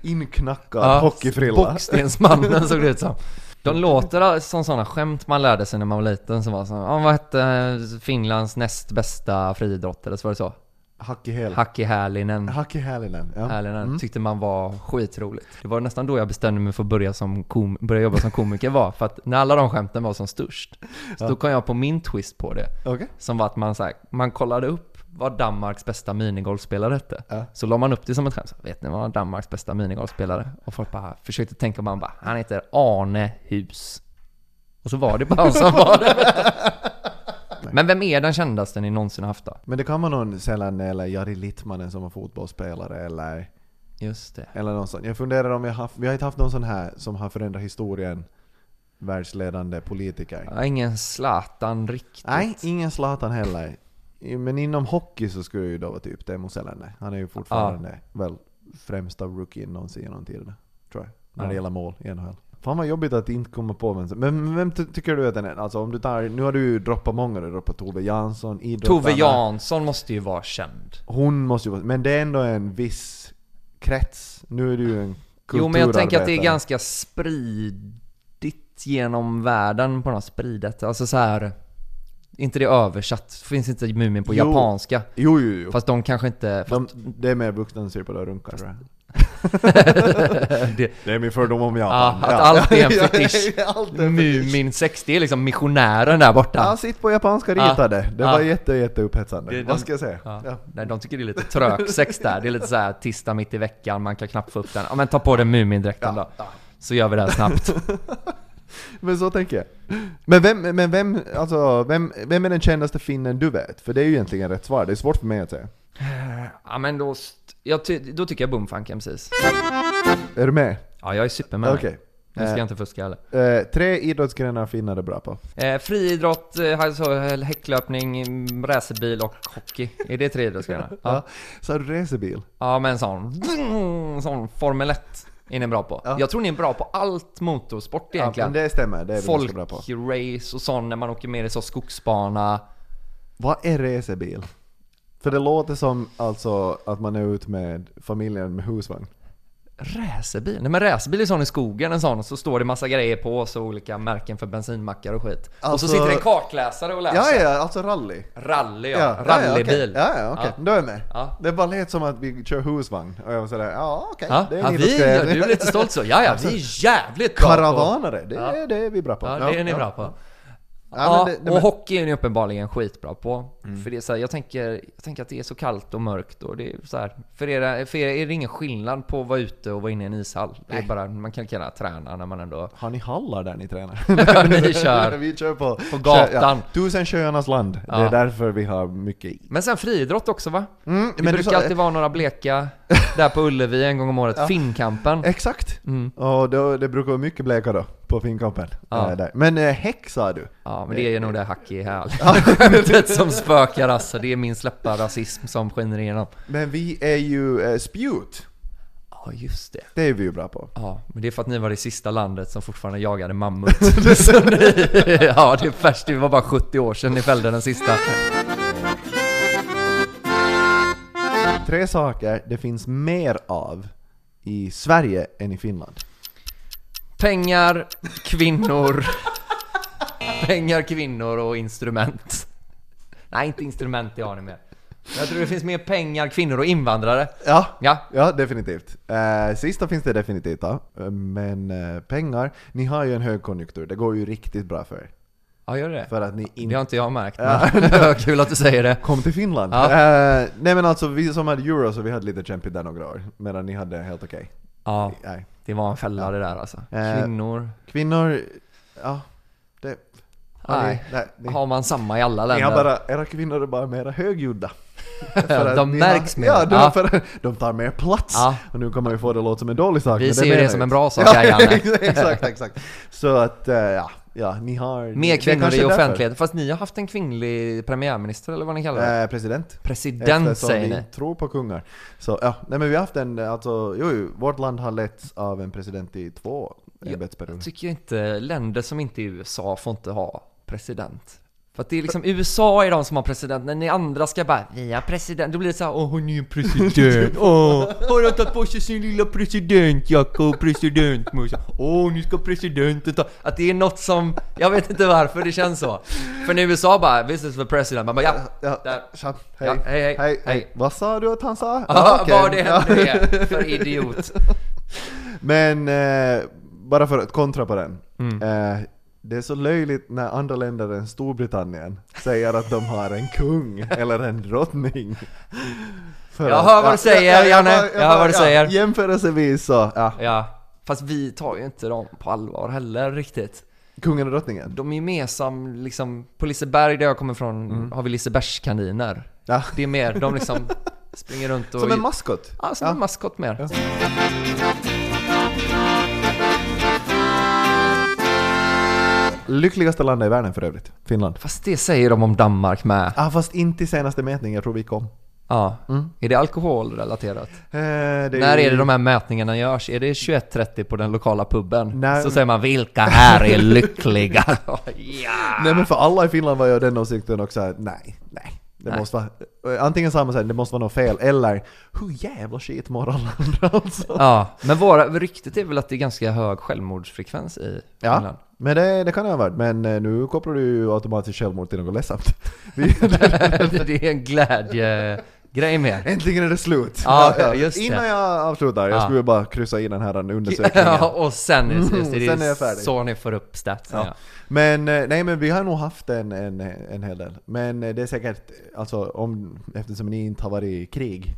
[SPEAKER 1] Inknackad
[SPEAKER 2] Ja,
[SPEAKER 1] hockeyfrilla.
[SPEAKER 2] Bockstensmannen såg det ut som. De låter som sådana skämt man lärde sig när man var liten som var så, ah, vad hette Finlands näst bästa friidrottare? eller så var det så?
[SPEAKER 1] Hacki Häl.
[SPEAKER 2] Hacki Hällinen.
[SPEAKER 1] Hacki Hälinen. Ja. Mm.
[SPEAKER 2] Härliga, tyckte man var skitroligt. Det var nästan då jag bestämde mig för att börja, som kom, börja jobba som komiker var, för att när alla de skämten var som störst, så då kom jag på min twist på det.
[SPEAKER 1] Okej.
[SPEAKER 2] Som var att man, så här, man kollade upp vad Danmarks bästa minigolfspelare hette.
[SPEAKER 1] Ja.
[SPEAKER 2] Så la man upp det som ett skämt. Så, Vet ni vad Danmarks bästa minigolfspelare? Och folk bara försökte tänka, man bara, han heter Arne Hus. Och så var det bara han som var det. Men vem är den kändaste ni någonsin har haft då?
[SPEAKER 1] Men det kan vara någon Selän eller Jari Littmanen som var fotbollsspelare eller,
[SPEAKER 2] Just det.
[SPEAKER 1] eller någon sån. Jag funderar om jag haft, vi har inte haft någon sån här som har förändrat historien, världsledande politiker.
[SPEAKER 2] Ja, Ingen Zlatan riktigt.
[SPEAKER 1] Nej, ingen Zlatan heller. Men inom hockey så skulle det ju då vara typ Teemu Selänne. Han är ju
[SPEAKER 2] Ah.
[SPEAKER 1] fortfarande väl främsta rookien någonsin genom tiderna, tror jag. När det
[SPEAKER 2] Ja.
[SPEAKER 1] gäller mål i NHL. Fan vad jobbigt att inte komma på vem som... Men vem ty- tycker du att den är? Alltså om du tar... Nu har du ju droppat många. Du har droppat Tove Jansson, idrottarna.
[SPEAKER 2] Tove Jansson måste ju vara känd.
[SPEAKER 1] Hon måste ju vara... Men det är ändå en viss krets. Nu är du ju en kulturarbetare.
[SPEAKER 2] Jo men jag tänker att det är ganska spridigt genom världen på något spridet. Alltså så här. Inte det översatt? Finns inte Mumin på
[SPEAKER 1] Jo.
[SPEAKER 2] japanska?
[SPEAKER 1] Jo, jo, jo.
[SPEAKER 2] Fast de kanske inte... Fast,
[SPEAKER 1] De, det är mer vuxna som på det och runkar tror jag.
[SPEAKER 2] det,
[SPEAKER 1] Det är min fördom om
[SPEAKER 2] ja,
[SPEAKER 1] Japan.
[SPEAKER 2] att allt är en fetisch.
[SPEAKER 1] allt är en fetisch.
[SPEAKER 2] Mumin 60 är liksom missionären där borta.
[SPEAKER 1] Ja, sitt på japanska
[SPEAKER 2] Ja.
[SPEAKER 1] ritade. Det
[SPEAKER 2] Ja.
[SPEAKER 1] var jätte, jätte upphetsande.
[SPEAKER 2] Det är de-
[SPEAKER 1] Vad ska jag säga?
[SPEAKER 2] Ja.
[SPEAKER 1] Ja.
[SPEAKER 2] Nej, de tycker det är lite tröksex där. Det är lite så här tisdag mitt i veckan, man kan knappt få upp den. Ja men ta på dig Mumindräkten
[SPEAKER 1] Ja,
[SPEAKER 2] då. Så gör vi det här snabbt.
[SPEAKER 1] Men så tänker jag. Men vem, men vem, alltså, vem, vem är den kändaste finnen du vet? För det är ju egentligen rätt svar. Det är svårt för mig att säga.
[SPEAKER 2] ja men då, st- jag ty- då tycker jag Boomfunken precis.
[SPEAKER 1] Är du med?
[SPEAKER 2] Ja jag är superman.
[SPEAKER 1] Okej.
[SPEAKER 2] Nu ska
[SPEAKER 1] Eh.
[SPEAKER 2] jag inte fuska heller.
[SPEAKER 1] Eh, tre idrottsgrenar finnar är bra på.
[SPEAKER 2] Eh, friidrott, eh, alltså, eh, häcklöpning, mm, racerbil och hockey. Är det tre idrottsgrenar? Ja.
[SPEAKER 1] Så har du resebil?
[SPEAKER 2] ja men sån, sån Formel 1 är ni bra på.
[SPEAKER 1] Ja.
[SPEAKER 2] Jag tror ni är bra på allt motorsport
[SPEAKER 1] Ja,
[SPEAKER 2] egentligen.
[SPEAKER 1] men det stämmer, det är vi ganska bra på.
[SPEAKER 2] Folkrace och sån när man åker med i så skogsbana.
[SPEAKER 1] Vad är resebil? För det låter som alltså att man är ute med familjen med husvagn.
[SPEAKER 2] Racerbil? Nej men racerbil är sån i skogen en sån och så står det massa grejer på och så olika märken för bensinmackar och skit. och så
[SPEAKER 1] Alltså-
[SPEAKER 2] sitter en kartläsare och läser.
[SPEAKER 1] Ja, ja, alltså rally.
[SPEAKER 2] Rally ja,
[SPEAKER 1] Ja,
[SPEAKER 2] rallybil.
[SPEAKER 1] Ja, ja, okej. Ja, ja, okej. Då är jag med.
[SPEAKER 2] Ja.
[SPEAKER 1] Det bara lät som att vi kör husvagn. Och jag var sådär, ja okej.
[SPEAKER 2] Ja,
[SPEAKER 1] det är
[SPEAKER 2] ja,
[SPEAKER 1] en
[SPEAKER 2] vi,
[SPEAKER 1] idrottsgren.
[SPEAKER 2] ja, du är lite stolt så. Ja, ja, vi är jävligt bra på...
[SPEAKER 1] Alltså, Karavanare, det,
[SPEAKER 2] Ja.
[SPEAKER 1] är- det är vi bra på.
[SPEAKER 2] Ja, det är ni bra på.
[SPEAKER 1] Ja,
[SPEAKER 2] Ja,
[SPEAKER 1] men det, det,
[SPEAKER 2] och
[SPEAKER 1] men, Mm.
[SPEAKER 2] hockey är ni uppenbarligen skitbra på. För det är så här, jag, tänker, jag tänker att det är så kallt och mörkt och det är så här, för, er, för er är det ingen skillnad på att vara ute och vara inne i en ishall. Det är bara, man kan lika gärna träna när man ändå...
[SPEAKER 1] har ni hallar där ni tränar?
[SPEAKER 2] ni kör.
[SPEAKER 1] vi kör på,
[SPEAKER 2] På gatan.
[SPEAKER 1] Ja, tusen sjöarnas land. Det
[SPEAKER 2] Ja.
[SPEAKER 1] är därför vi har mycket is.
[SPEAKER 2] Men sen friidrott också va?
[SPEAKER 1] Mm,
[SPEAKER 2] Det
[SPEAKER 1] men du
[SPEAKER 2] brukar
[SPEAKER 1] sa-
[SPEAKER 2] alltid vara några bleka där på Ullevi en gång om året. Finnkampen. Mm.
[SPEAKER 1] Exakt! Och då, det brukar vara mycket bleka då, på finkampen.
[SPEAKER 2] Ja.
[SPEAKER 1] Eh, där. Men eh, häck sa du?
[SPEAKER 2] Ja, men det är ju nog det hackiga här. Skämtet som spökar alltså. Det är min släppa rasism som skiner igenom.
[SPEAKER 1] Men vi är ju eh, spjut.
[SPEAKER 2] Ja, just det.
[SPEAKER 1] Det är vi ju bra på.
[SPEAKER 2] Ja, men det är för att ni var det sista landet som fortfarande jagade mammut. Så ni, ja, det är färskt. Det var bara 70 år sedan ni fällde den sista.
[SPEAKER 1] Tre saker det finns mer av i Sverige än i Finland.
[SPEAKER 2] Pengar, kvinnor. Pengar, kvinnor och instrument. Nej, inte instrument, det har ni med. Men Jag tror det finns mer pengar, kvinnor och invandrare.
[SPEAKER 1] Ja,
[SPEAKER 2] Ja,
[SPEAKER 1] Ja, definitivt. Eh, sista finns det definitivt ja. Eh, Men eh, pengar, ni har ju en högkonjunktur, det går ju riktigt bra för er.
[SPEAKER 2] ja gör det.
[SPEAKER 1] För att ni
[SPEAKER 2] Det
[SPEAKER 1] inte
[SPEAKER 2] har inte jag märkt, men kul att du säger det.
[SPEAKER 1] kom till Finland.
[SPEAKER 2] Ja.
[SPEAKER 1] Eh, nej men alltså vi som hade euro så vi hade lite kämpigt där några år, medan ni hade helt okej.
[SPEAKER 2] Ja,
[SPEAKER 1] Nej.
[SPEAKER 2] det var en fälla det där alltså.
[SPEAKER 1] Eh,
[SPEAKER 2] Kvinnor.
[SPEAKER 1] Kvinnor, ja, det... ja,
[SPEAKER 2] Nej.
[SPEAKER 1] Ni, nej, ni,
[SPEAKER 2] Har man samma i alla
[SPEAKER 1] ni har
[SPEAKER 2] länder?
[SPEAKER 1] bara, era kvinnor är bara mera högljudda. För att
[SPEAKER 2] De
[SPEAKER 1] ni
[SPEAKER 2] märks
[SPEAKER 1] har,
[SPEAKER 2] mer.
[SPEAKER 1] Ja, de,
[SPEAKER 2] Ja.
[SPEAKER 1] För, de tar mer plats.
[SPEAKER 2] Ja.
[SPEAKER 1] Och nu kommer vi få det att låta som en dålig sak.
[SPEAKER 2] Vi
[SPEAKER 1] men
[SPEAKER 2] ser ju
[SPEAKER 1] menar
[SPEAKER 2] det
[SPEAKER 1] jag
[SPEAKER 2] som
[SPEAKER 1] inte.
[SPEAKER 2] en bra sak,
[SPEAKER 1] ja,
[SPEAKER 2] Kajan.
[SPEAKER 1] exakt, exakt. Så att, eh, ja, ja ni har... det
[SPEAKER 2] Mer
[SPEAKER 1] är
[SPEAKER 2] kvinnor
[SPEAKER 1] kanske
[SPEAKER 2] i
[SPEAKER 1] därför.
[SPEAKER 2] offentligheten. Fast ni har haft en kvinnlig premiärminister eller vad ni kallar det?
[SPEAKER 1] Eh, president.
[SPEAKER 2] President
[SPEAKER 1] Eftersom
[SPEAKER 2] säger
[SPEAKER 1] vi
[SPEAKER 2] ni.
[SPEAKER 1] inte tror på kungar. Så ja, nej men vi har haft en, eh, alltså, jo, jo vårt land har letts av en president i två
[SPEAKER 2] Ja, Jag
[SPEAKER 1] ämbetsperioder.
[SPEAKER 2] tycker inte länder som inte är USA får inte ha president. För att det är liksom USA är de som har president, när ni andra ska bara Vi har president, då blir det såhär Åh, hon är en president, åh! Har han tagit på sig sin lilla presidentjacka och presidentmössa? Åh, nu ska presidenten ta... Att det är något som, jag vet inte varför det känns så. För när USA bara 'This is for president' man bara ja,
[SPEAKER 1] Ja,
[SPEAKER 2] där.
[SPEAKER 1] tja,
[SPEAKER 2] Ja, hej, hej, hej.
[SPEAKER 1] Vad sa du att han sa?
[SPEAKER 2] Ah,
[SPEAKER 1] okej.
[SPEAKER 2] Vad det
[SPEAKER 1] Ja.
[SPEAKER 2] händer det för idiot.
[SPEAKER 1] Men eh, bara för att kontra på den.
[SPEAKER 2] Mm.
[SPEAKER 1] Eh, det är så löjligt när andra länder än Storbritannien säger att de har en kung eller en drottning. För
[SPEAKER 2] Jag
[SPEAKER 1] att-
[SPEAKER 2] hör vad du säger, Janne.
[SPEAKER 1] bara-
[SPEAKER 2] Jag hör vad du
[SPEAKER 1] bara-
[SPEAKER 2] säger.
[SPEAKER 1] Jämförelsevis så, ja.
[SPEAKER 2] Ja, fast vi tar ju inte dem på allvar heller riktigt.
[SPEAKER 1] Kungen och drottningen.
[SPEAKER 2] De är ju mer som, liksom, på Liseberg där jag kommer från har vi Lisebergskaniner.
[SPEAKER 1] Mm. Ja.
[SPEAKER 2] Det är mer, de liksom springer runt och...
[SPEAKER 1] Som en maskot.
[SPEAKER 2] ja, som en maskot mer.
[SPEAKER 1] Ja. Lyckligaste landet i världen för övrigt. Finland.
[SPEAKER 2] Fast det säger de om Danmark med.
[SPEAKER 1] Ah, fast inte i senaste mätningen, jag tror vi kom.
[SPEAKER 2] Ja.
[SPEAKER 1] Mm.
[SPEAKER 2] Är det alkoholrelaterat?
[SPEAKER 1] Eh, det
[SPEAKER 2] När
[SPEAKER 1] ju-
[SPEAKER 2] är det de här mätningarna görs? Är det 21.30 på den lokala puben?
[SPEAKER 1] Nej.
[SPEAKER 2] Så säger man vilka här är lyckliga? ja!
[SPEAKER 1] Nej men för alla i Finland var ju den åsikten också att nej, nej. Det
[SPEAKER 2] Nej.
[SPEAKER 1] måste vara, eh, antingen sa man såhär, det måste vara något fel, eller hur jävla skit mår alla andra alltså.
[SPEAKER 2] Ja, men våra, ryktet är väl att det är ganska hög självmordsfrekvens i
[SPEAKER 1] Ja,
[SPEAKER 2] Finland?
[SPEAKER 1] men det, det kan det ha varit. Men eh, nu kopplar du ju automatiskt självmord till något ledsamt. Vi,
[SPEAKER 2] det är en glädjegrej med.
[SPEAKER 1] äntligen är det slut!
[SPEAKER 2] Ja, just det.
[SPEAKER 1] Innan jag avslutar, jag
[SPEAKER 2] Ja.
[SPEAKER 1] skulle bara kryssa i den här undersökningen.
[SPEAKER 2] Ja, och sen, just det, det
[SPEAKER 1] Mm, sen är
[SPEAKER 2] är
[SPEAKER 1] jag färdig.
[SPEAKER 2] så ni får upp statsen. Ja.
[SPEAKER 1] Men eh, nej men vi har nog haft en, en, en hel del. Men eh, det är säkert, alltså om, eftersom ni inte har varit i krig.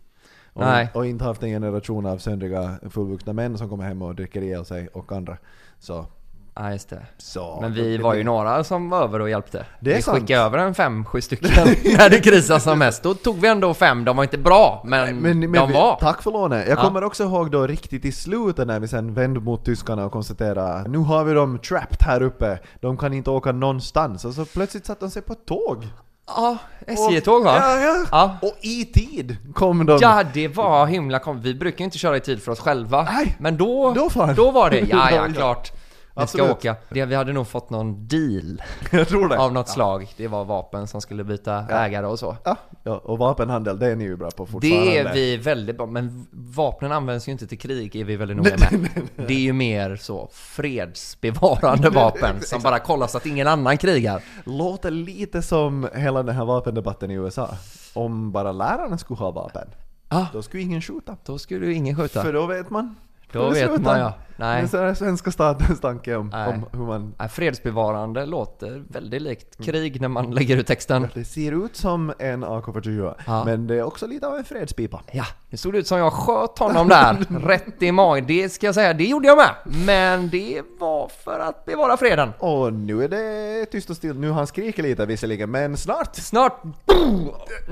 [SPEAKER 1] Och,
[SPEAKER 2] Nej.
[SPEAKER 1] och inte haft en generation av söndriga fullvuxna män som kommer hem och dricker ihjäl sig och andra. Så,
[SPEAKER 2] ja, just det.
[SPEAKER 1] så.
[SPEAKER 2] Men vi var ju några som var över och hjälpte.
[SPEAKER 1] Det är
[SPEAKER 2] vi
[SPEAKER 1] sant.
[SPEAKER 2] skickade över en fem, sju stycken när det krisade som mest. Då tog vi ändå fem, de var inte bra, men,
[SPEAKER 1] Men, men
[SPEAKER 2] de
[SPEAKER 1] vi-
[SPEAKER 2] var.
[SPEAKER 1] Tack för lånet. Jag
[SPEAKER 2] Ja.
[SPEAKER 1] kommer också ihåg då riktigt i slutet när vi sen vände mot tyskarna och konstaterade nu har vi dem trapped här uppe, de kan inte åka någonstans. Och så plötsligt satte de sig på ett tåg.
[SPEAKER 2] Ja,
[SPEAKER 1] Och-
[SPEAKER 2] SJ-tåg va?
[SPEAKER 1] Ja, ja.
[SPEAKER 2] Ja.
[SPEAKER 1] Och i tid kom de.
[SPEAKER 2] Ja, det var himla kom. Vi brukar ju inte köra i tid för oss själva.
[SPEAKER 1] Nej,
[SPEAKER 2] men då,
[SPEAKER 1] då fan.
[SPEAKER 2] då var det. Ja,
[SPEAKER 1] Ja,
[SPEAKER 2] ja,
[SPEAKER 1] ja.
[SPEAKER 2] klart. Vi
[SPEAKER 1] Absolut.
[SPEAKER 2] ska åka. Det, vi hade nog fått någon deal
[SPEAKER 1] Jag tror det.
[SPEAKER 2] av något slag. Det var vapen som skulle byta ägare och så.
[SPEAKER 1] Ja. ja, och vapenhandel, det är ni ju bra på fortfarande.
[SPEAKER 2] Det är vi väldigt bra, men vapnen används ju inte till krig är vi väldigt noga med. Det är ju mer så fredsbevarande vapen som bara kollas att ingen annan krigar.
[SPEAKER 1] Låter lite som hela den här vapendebatten i USA. Om bara lärarna skulle ha vapen,
[SPEAKER 2] Ah,
[SPEAKER 1] då skulle ingen skjuta.
[SPEAKER 2] då skulle ju ingen skjuta.
[SPEAKER 1] För då vet man.
[SPEAKER 2] Då
[SPEAKER 1] hur det
[SPEAKER 2] vet
[SPEAKER 1] slutar.
[SPEAKER 2] man, ja. Nej.
[SPEAKER 1] Det är den svenska statens tanke om,
[SPEAKER 2] Nej.
[SPEAKER 1] om hur man
[SPEAKER 2] Nej, fredsbevarande låter väldigt
[SPEAKER 1] Mm.
[SPEAKER 2] likt krig när man lägger ut texten.
[SPEAKER 1] Det ser ut som en AK47,
[SPEAKER 2] Ja.
[SPEAKER 1] men det är också lite av en fredspipa.
[SPEAKER 2] Ja, det såg ut som jag sköt honom där. Rätt i magen. Det ska jag säga, det gjorde jag med. Men det var för att bevara freden.
[SPEAKER 1] Och nu är det tyst och still. Nu han skriker lite visserligen, men snart!
[SPEAKER 2] Snart...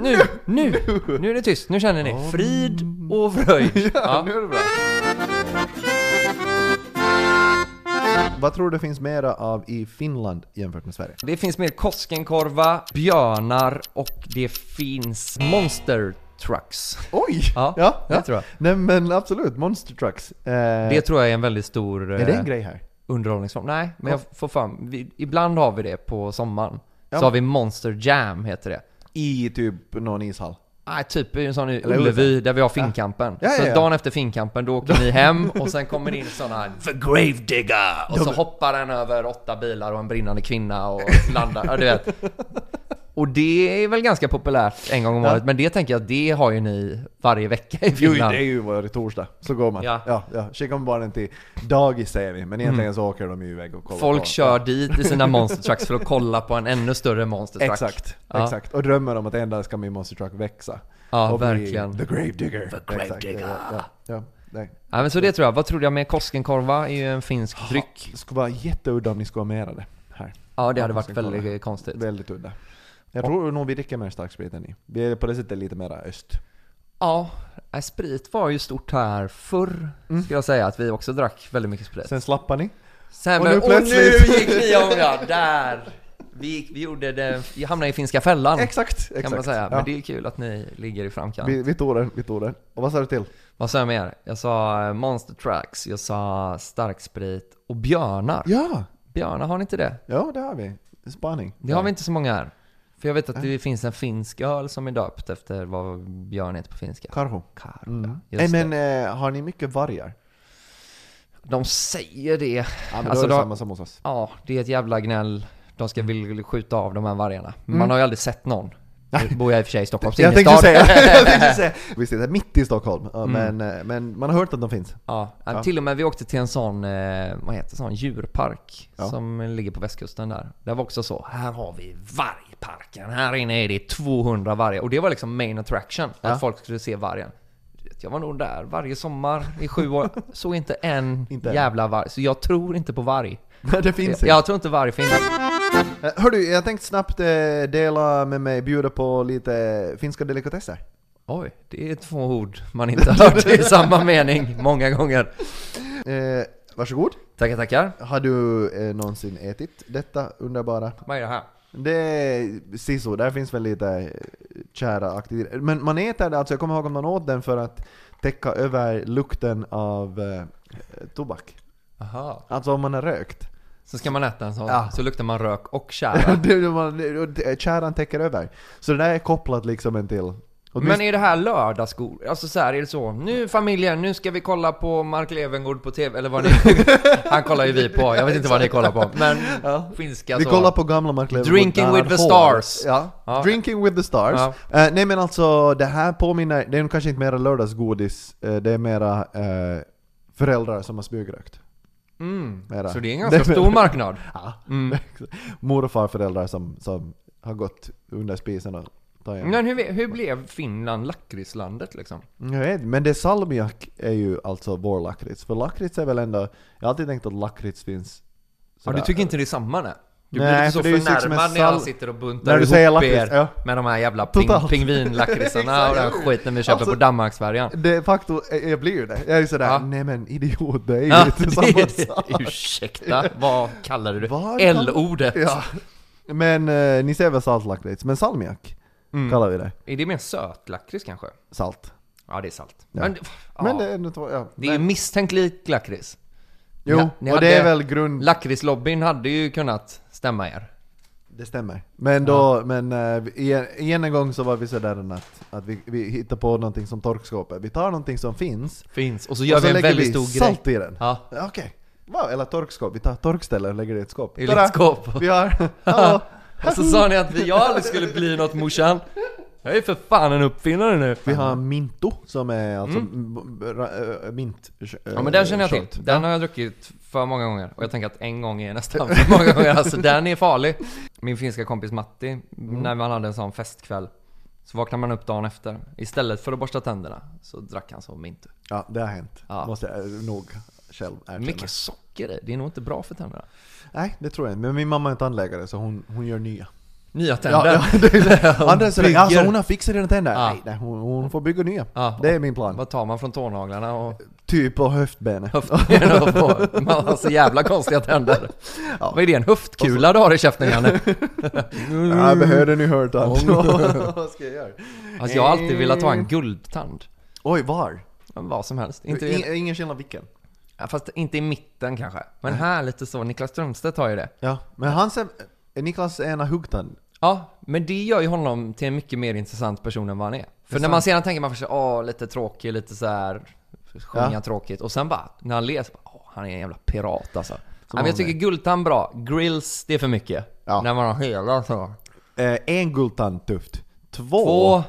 [SPEAKER 2] Nu, nu, nu är det tyst. Nu känner ni. Frid och fröjd.
[SPEAKER 1] Ja,
[SPEAKER 2] Ja.
[SPEAKER 1] nu är det bra. Vad tror du finns mera av i Finland jämfört med Sverige?
[SPEAKER 2] Det finns mer Koskenkorva, björnar och det finns monster trucks.
[SPEAKER 1] Oj!
[SPEAKER 2] Ja, det tror jag.
[SPEAKER 1] Nej men absolut, Monster Trucks. Eh,
[SPEAKER 2] Det tror jag är en väldigt stor
[SPEAKER 1] är det
[SPEAKER 2] eh,
[SPEAKER 1] en grej här?
[SPEAKER 2] underhållningsform. Nej, men jag får fram. Vi, ibland har vi det på sommaren.
[SPEAKER 1] Ja.
[SPEAKER 2] Så har vi Monster Jam, heter det.
[SPEAKER 1] I typ någon ishall?
[SPEAKER 2] Nej, typ i en sån i
[SPEAKER 1] Eller
[SPEAKER 2] Ullevi där vi har finkampen.
[SPEAKER 1] Ja, ja, ja.
[SPEAKER 2] Så dagen efter finkampen, då åker ni hem och sen kommer det in såna The Grave Digger! Och så hoppar den över åtta bilar och en brinnande kvinna och landar. Ja, du vet. Och det är väl ganska populärt en gång om
[SPEAKER 1] Ja.
[SPEAKER 2] året, men det tänker jag, det har ju ni varje vecka i
[SPEAKER 1] Jo, det
[SPEAKER 2] Finland.
[SPEAKER 1] är ju varje torsdag, så går man.
[SPEAKER 2] Ja. Mm.
[SPEAKER 1] ja, ja. Skickar man barnen till dagis säger vi, men egentligen så åker de ju iväg och kollar
[SPEAKER 2] Folk
[SPEAKER 1] på.
[SPEAKER 2] kör dit i sina monster trucks för att kolla på en ännu större monster truck.
[SPEAKER 1] Exakt,
[SPEAKER 2] Ja.
[SPEAKER 1] exakt. Och drömmer om att en dag ska min monster truck växa.
[SPEAKER 2] Ja,
[SPEAKER 1] och bli
[SPEAKER 2] verkligen.
[SPEAKER 1] The grave digger. The
[SPEAKER 2] grave digger.
[SPEAKER 1] Ja, ja, ja, nej.
[SPEAKER 2] Ja, men så det tror jag. Vad trodde jag med Koskenkorva? är ju en finsk dryck.
[SPEAKER 1] Det skulle vara jätteudda om ni skulle ha mera det här.
[SPEAKER 2] Ja, det hade varit
[SPEAKER 1] Koskenkorva.
[SPEAKER 2] väldigt konstigt.
[SPEAKER 1] Väldigt udda. Jag tror nog vi dricker mer starksprit än ni. Vi är på det sättet lite mera öst.
[SPEAKER 2] Ja, nej, sprit var ju stort här förr,
[SPEAKER 1] Mm.
[SPEAKER 2] ska jag säga, att vi också drack väldigt mycket sprit.
[SPEAKER 1] Sen slappar ni.
[SPEAKER 2] Sen,
[SPEAKER 1] och
[SPEAKER 2] och, nu
[SPEAKER 1] nu
[SPEAKER 2] och nu
[SPEAKER 1] plötsligt-
[SPEAKER 2] gick vi om, ja, där! Vi, gick, vi gjorde det, vi hamnade i finska fällan,
[SPEAKER 1] Exakt, exakt.
[SPEAKER 2] kan man säga.
[SPEAKER 1] Ja.
[SPEAKER 2] Men det är kul att ni ligger i framkant.
[SPEAKER 1] vi, vi tog den, vi tog den. Och vad sa du till?
[SPEAKER 2] Vad sa jag mer? Jag sa eh, Monster Tracks, jag sa starksprit och björnar.
[SPEAKER 1] Ja!
[SPEAKER 2] Björnar, har ni inte det?
[SPEAKER 1] Ja, det har vi. Spaning.
[SPEAKER 2] Det har vi inte så många här. För jag vet att det finns en finsk öl som är döpt efter vad björn heter på finska.
[SPEAKER 1] Karho.
[SPEAKER 2] Karl,
[SPEAKER 1] Mm.
[SPEAKER 2] ja, just
[SPEAKER 1] Nej, men eh, har ni mycket vargar?
[SPEAKER 2] De säger det.
[SPEAKER 1] Ja, men
[SPEAKER 2] Alltså,
[SPEAKER 1] då är det
[SPEAKER 2] då-
[SPEAKER 1] samma som hos oss.
[SPEAKER 2] Ja, det är ett jävla gnäll. De ska
[SPEAKER 1] Mm.
[SPEAKER 2] vilja skjuta av de här vargarna. Men Man har ju aldrig sett någon. Nu bor jag i och för sig i Stockholms
[SPEAKER 1] Jag tänkte,
[SPEAKER 2] innerstad.
[SPEAKER 1] säga, jag tänkte säga, vi sitter mitt i Stockholm, ja,
[SPEAKER 2] Mm.
[SPEAKER 1] men, eh, men man har hört att de finns.
[SPEAKER 2] Ja, till och med vi åkte till en sån, eh, vad heter det, sån djurpark
[SPEAKER 1] Ja.
[SPEAKER 2] som ligger på västkusten där. Det var också så, här har vi vargparken, här inne är det 200 vargar. Och det var liksom main attraction,
[SPEAKER 1] Ja.
[SPEAKER 2] att folk skulle se vargen. Jag var nog där varje sommar i sju år, såg inte en
[SPEAKER 1] Inte en.
[SPEAKER 2] jävla varg. Så jag tror inte på varg.
[SPEAKER 1] Nej, det finns
[SPEAKER 2] Jag,
[SPEAKER 1] inte.
[SPEAKER 2] jag tror inte varg finns.
[SPEAKER 1] Eh, Hördu, jag tänkte snabbt eh, dela med mig, bjuda på lite finska delikatesser.
[SPEAKER 2] Oj, det är två ord man inte har hört i samma mening många gånger.
[SPEAKER 1] Eh, varsågod.
[SPEAKER 2] Tackar, tackar.
[SPEAKER 1] Har du eh, någonsin ätit detta underbara?
[SPEAKER 2] Vad är det här?
[SPEAKER 1] Det är siso, där finns väl lite eh, kära aktiviteter. Men man äter det alltså, jag kommer ihåg om man åt den för att täcka över lukten av eh, tobak.
[SPEAKER 2] Aha.
[SPEAKER 1] Alltså om man har rökt.
[SPEAKER 2] Så ska man äta en sån,
[SPEAKER 1] Ja.
[SPEAKER 2] så luktar man rök och tjära.
[SPEAKER 1] Det är ju man- det- det- Kärran täcker över. Så det där är kopplat liksom en till.
[SPEAKER 2] Men är det här lördagsskol? Alltså så här, är det så? Nu familjen, nu ska vi kolla på Mark Levengård på TV, eller vad ni... Han kollar ju vi på, jag vet inte vad ni kollar på. Men
[SPEAKER 1] Ja.
[SPEAKER 2] finska
[SPEAKER 1] vi
[SPEAKER 2] så.
[SPEAKER 1] kollar på gamla Mark Levengood
[SPEAKER 2] Alltså, Drinking
[SPEAKER 1] när
[SPEAKER 2] with
[SPEAKER 1] han
[SPEAKER 2] the
[SPEAKER 1] har
[SPEAKER 2] stars.
[SPEAKER 1] Ja.
[SPEAKER 2] Ja.
[SPEAKER 1] Drinking with the stars.
[SPEAKER 2] Ja.
[SPEAKER 1] Eh, nej men alltså, det här påminner, det är nog kanske inte mera lördagsgodis, eh, det är mera eh, föräldrar som har smygrökt.
[SPEAKER 2] Mm.
[SPEAKER 1] Mera.
[SPEAKER 2] Så det är en ganska stor marknad. Mm.
[SPEAKER 1] Ja. Mm. Mor och farföräldrar som, som har gått under spisen och tagit hem.
[SPEAKER 2] Men hur, hur blev Finland lakritslandet liksom?
[SPEAKER 1] Jag vet, men det salmiak är ju alltså vår lakrits. För lakrits är väl ändå... Jag har alltid tänkt att lakrits finns...
[SPEAKER 2] Ja, du
[SPEAKER 1] sådär.
[SPEAKER 2] tycker inte det är samma nej? Du
[SPEAKER 1] Nej,
[SPEAKER 2] blir lite
[SPEAKER 1] för
[SPEAKER 2] så
[SPEAKER 1] det är ju liksom
[SPEAKER 2] förnärmad
[SPEAKER 1] en
[SPEAKER 2] när jag
[SPEAKER 1] sal-
[SPEAKER 2] sitter och buntar
[SPEAKER 1] När du
[SPEAKER 2] ihop
[SPEAKER 1] säger lakrits,
[SPEAKER 2] er
[SPEAKER 1] ja.
[SPEAKER 2] med de här jävla ping,
[SPEAKER 1] Totalt.
[SPEAKER 2] pingvinlakritsarna och den
[SPEAKER 1] Exakt.
[SPEAKER 2] skiten vi köper
[SPEAKER 1] Alltså-
[SPEAKER 2] på Danmarksfärjan.
[SPEAKER 1] De facto, eh, jag blir ju det. Jag är ju sådär,
[SPEAKER 2] Ja.
[SPEAKER 1] nej men idiot, det är ju
[SPEAKER 2] Ja,
[SPEAKER 1] inte
[SPEAKER 2] det
[SPEAKER 1] samma
[SPEAKER 2] är det.
[SPEAKER 1] sak.
[SPEAKER 2] Ursäkta, vad kallade du
[SPEAKER 1] Vad
[SPEAKER 2] det?
[SPEAKER 1] kallar-
[SPEAKER 2] L-ordet?
[SPEAKER 1] Ja. Men eh, ni ser väl saltlakrits? Men salmiak
[SPEAKER 2] Mm.
[SPEAKER 1] kallar vi det.
[SPEAKER 2] Är det mer sötlakrits kanske?
[SPEAKER 1] Salt.
[SPEAKER 2] Ja, det är salt.
[SPEAKER 1] Ja.
[SPEAKER 2] Men, pff, ja,
[SPEAKER 1] Men det
[SPEAKER 2] det,
[SPEAKER 1] är ändå två, ja.
[SPEAKER 2] är ju
[SPEAKER 1] Men-
[SPEAKER 2] misstänkt lik lakrits.
[SPEAKER 1] Jo,
[SPEAKER 2] Ja, ni
[SPEAKER 1] och
[SPEAKER 2] hade-
[SPEAKER 1] det är väl grund...
[SPEAKER 2] Lakritslobbyn hade ju kunnat stämma er.
[SPEAKER 1] Det stämmer. Men då, men eh, igen, igen en gång så var vi sådär att, att vi, vi hittar på någonting som torkskåpet. Vi tar någonting som finns
[SPEAKER 2] Finns. Och så gör
[SPEAKER 1] och så
[SPEAKER 2] vi en
[SPEAKER 1] lägger
[SPEAKER 2] väldigt
[SPEAKER 1] vi
[SPEAKER 2] stor grej.
[SPEAKER 1] salt i den.
[SPEAKER 2] Ja.
[SPEAKER 1] Ja, Okej. Wow, eller torkskåp. Vi tar torkställe och lägger det i ett skåp.
[SPEAKER 2] I
[SPEAKER 1] Tada!
[SPEAKER 2] ett skåp.
[SPEAKER 1] Vi har... Hallå!
[SPEAKER 2] Och så sa ni att vi, jag aldrig skulle bli något morsan. Jag är för fan en uppfinnare nu.
[SPEAKER 1] Vi har minto som är alltså m- b- ra- äh, mint...
[SPEAKER 2] Mm. Ja men den känner jag till. Den har jag druckit för många gånger. Och jag tänker att en gång är nästan för många gånger. Alltså den är farlig. Min finska kompis Matti,
[SPEAKER 1] Mm.
[SPEAKER 2] när man hade en sån festkväll. Så vaknade man upp dagen efter. Istället för att borsta tänderna så drack han så mint.
[SPEAKER 1] Ja, det har hänt.
[SPEAKER 2] Ja.
[SPEAKER 1] Måste jag eh, nog själv erkänna.
[SPEAKER 2] Mycket socker i. Det är nog inte bra för tänderna.
[SPEAKER 1] Nej, det tror jag inte. Men min mamma är tandläkare så hon, hon gör nya.
[SPEAKER 2] Nya
[SPEAKER 1] Ja,
[SPEAKER 2] tänder.
[SPEAKER 1] ja, det är det. Andra säger
[SPEAKER 2] Bygger.
[SPEAKER 1] alltså hon har fixat dina tänder.
[SPEAKER 2] Ja.
[SPEAKER 1] Nej, nej hon, hon får bygga nya.
[SPEAKER 2] Ja.
[SPEAKER 1] Det är min plan.
[SPEAKER 2] Vad tar man från tånaglarna och
[SPEAKER 1] Typ och höftbenet.
[SPEAKER 2] höftbenen och får? Man har så jävla konstiga tänder.
[SPEAKER 1] Ja.
[SPEAKER 2] Vad är det? En höftkula du har i käften Janne?
[SPEAKER 1] Jag behövde ni hört allt. Vad ska jag göra?
[SPEAKER 2] Alltså jag har alltid velat ha en guldtand.
[SPEAKER 1] Oj, var?
[SPEAKER 2] Men Vad som helst. Inte,
[SPEAKER 1] Inte, ingen skillnad vilken?
[SPEAKER 2] Ja, Fast inte i mitten kanske. Men här lite så, Niklas Strömstedt har ju det.
[SPEAKER 1] Ja, men han ser... är Niklas ena huggtand?
[SPEAKER 2] Ja, men det gör ju honom till en mycket mer intressant person än vad han är. För när man ser honom tänker man först åh, lite tråkig, lite så här sjunga
[SPEAKER 1] Ja.
[SPEAKER 2] tråkigt. Och sen bara, när han ler så bara, åh, han är en jävla pirat alltså. Ja, men
[SPEAKER 1] han
[SPEAKER 2] jag tycker Gultan bra. Grills, det är för mycket.
[SPEAKER 1] Ja.
[SPEAKER 2] När man har hela så.
[SPEAKER 1] Eh, en guldtand, tufft. Två?
[SPEAKER 2] Två,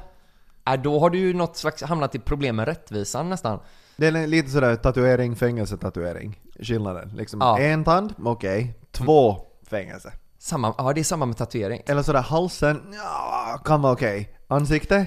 [SPEAKER 2] äh, då har du ju något slags hamnat i problem med rättvisan nästan.
[SPEAKER 1] Det är lite sådär tatuering, fängelse, tatuering. Skillnaden. Liksom,
[SPEAKER 2] Ja.
[SPEAKER 1] En tand, okej. Två, fängelse.
[SPEAKER 2] Samma, ja det är samma med tatuering.
[SPEAKER 1] Eller sådär halsen, ja, kan vara okej. Ansikte?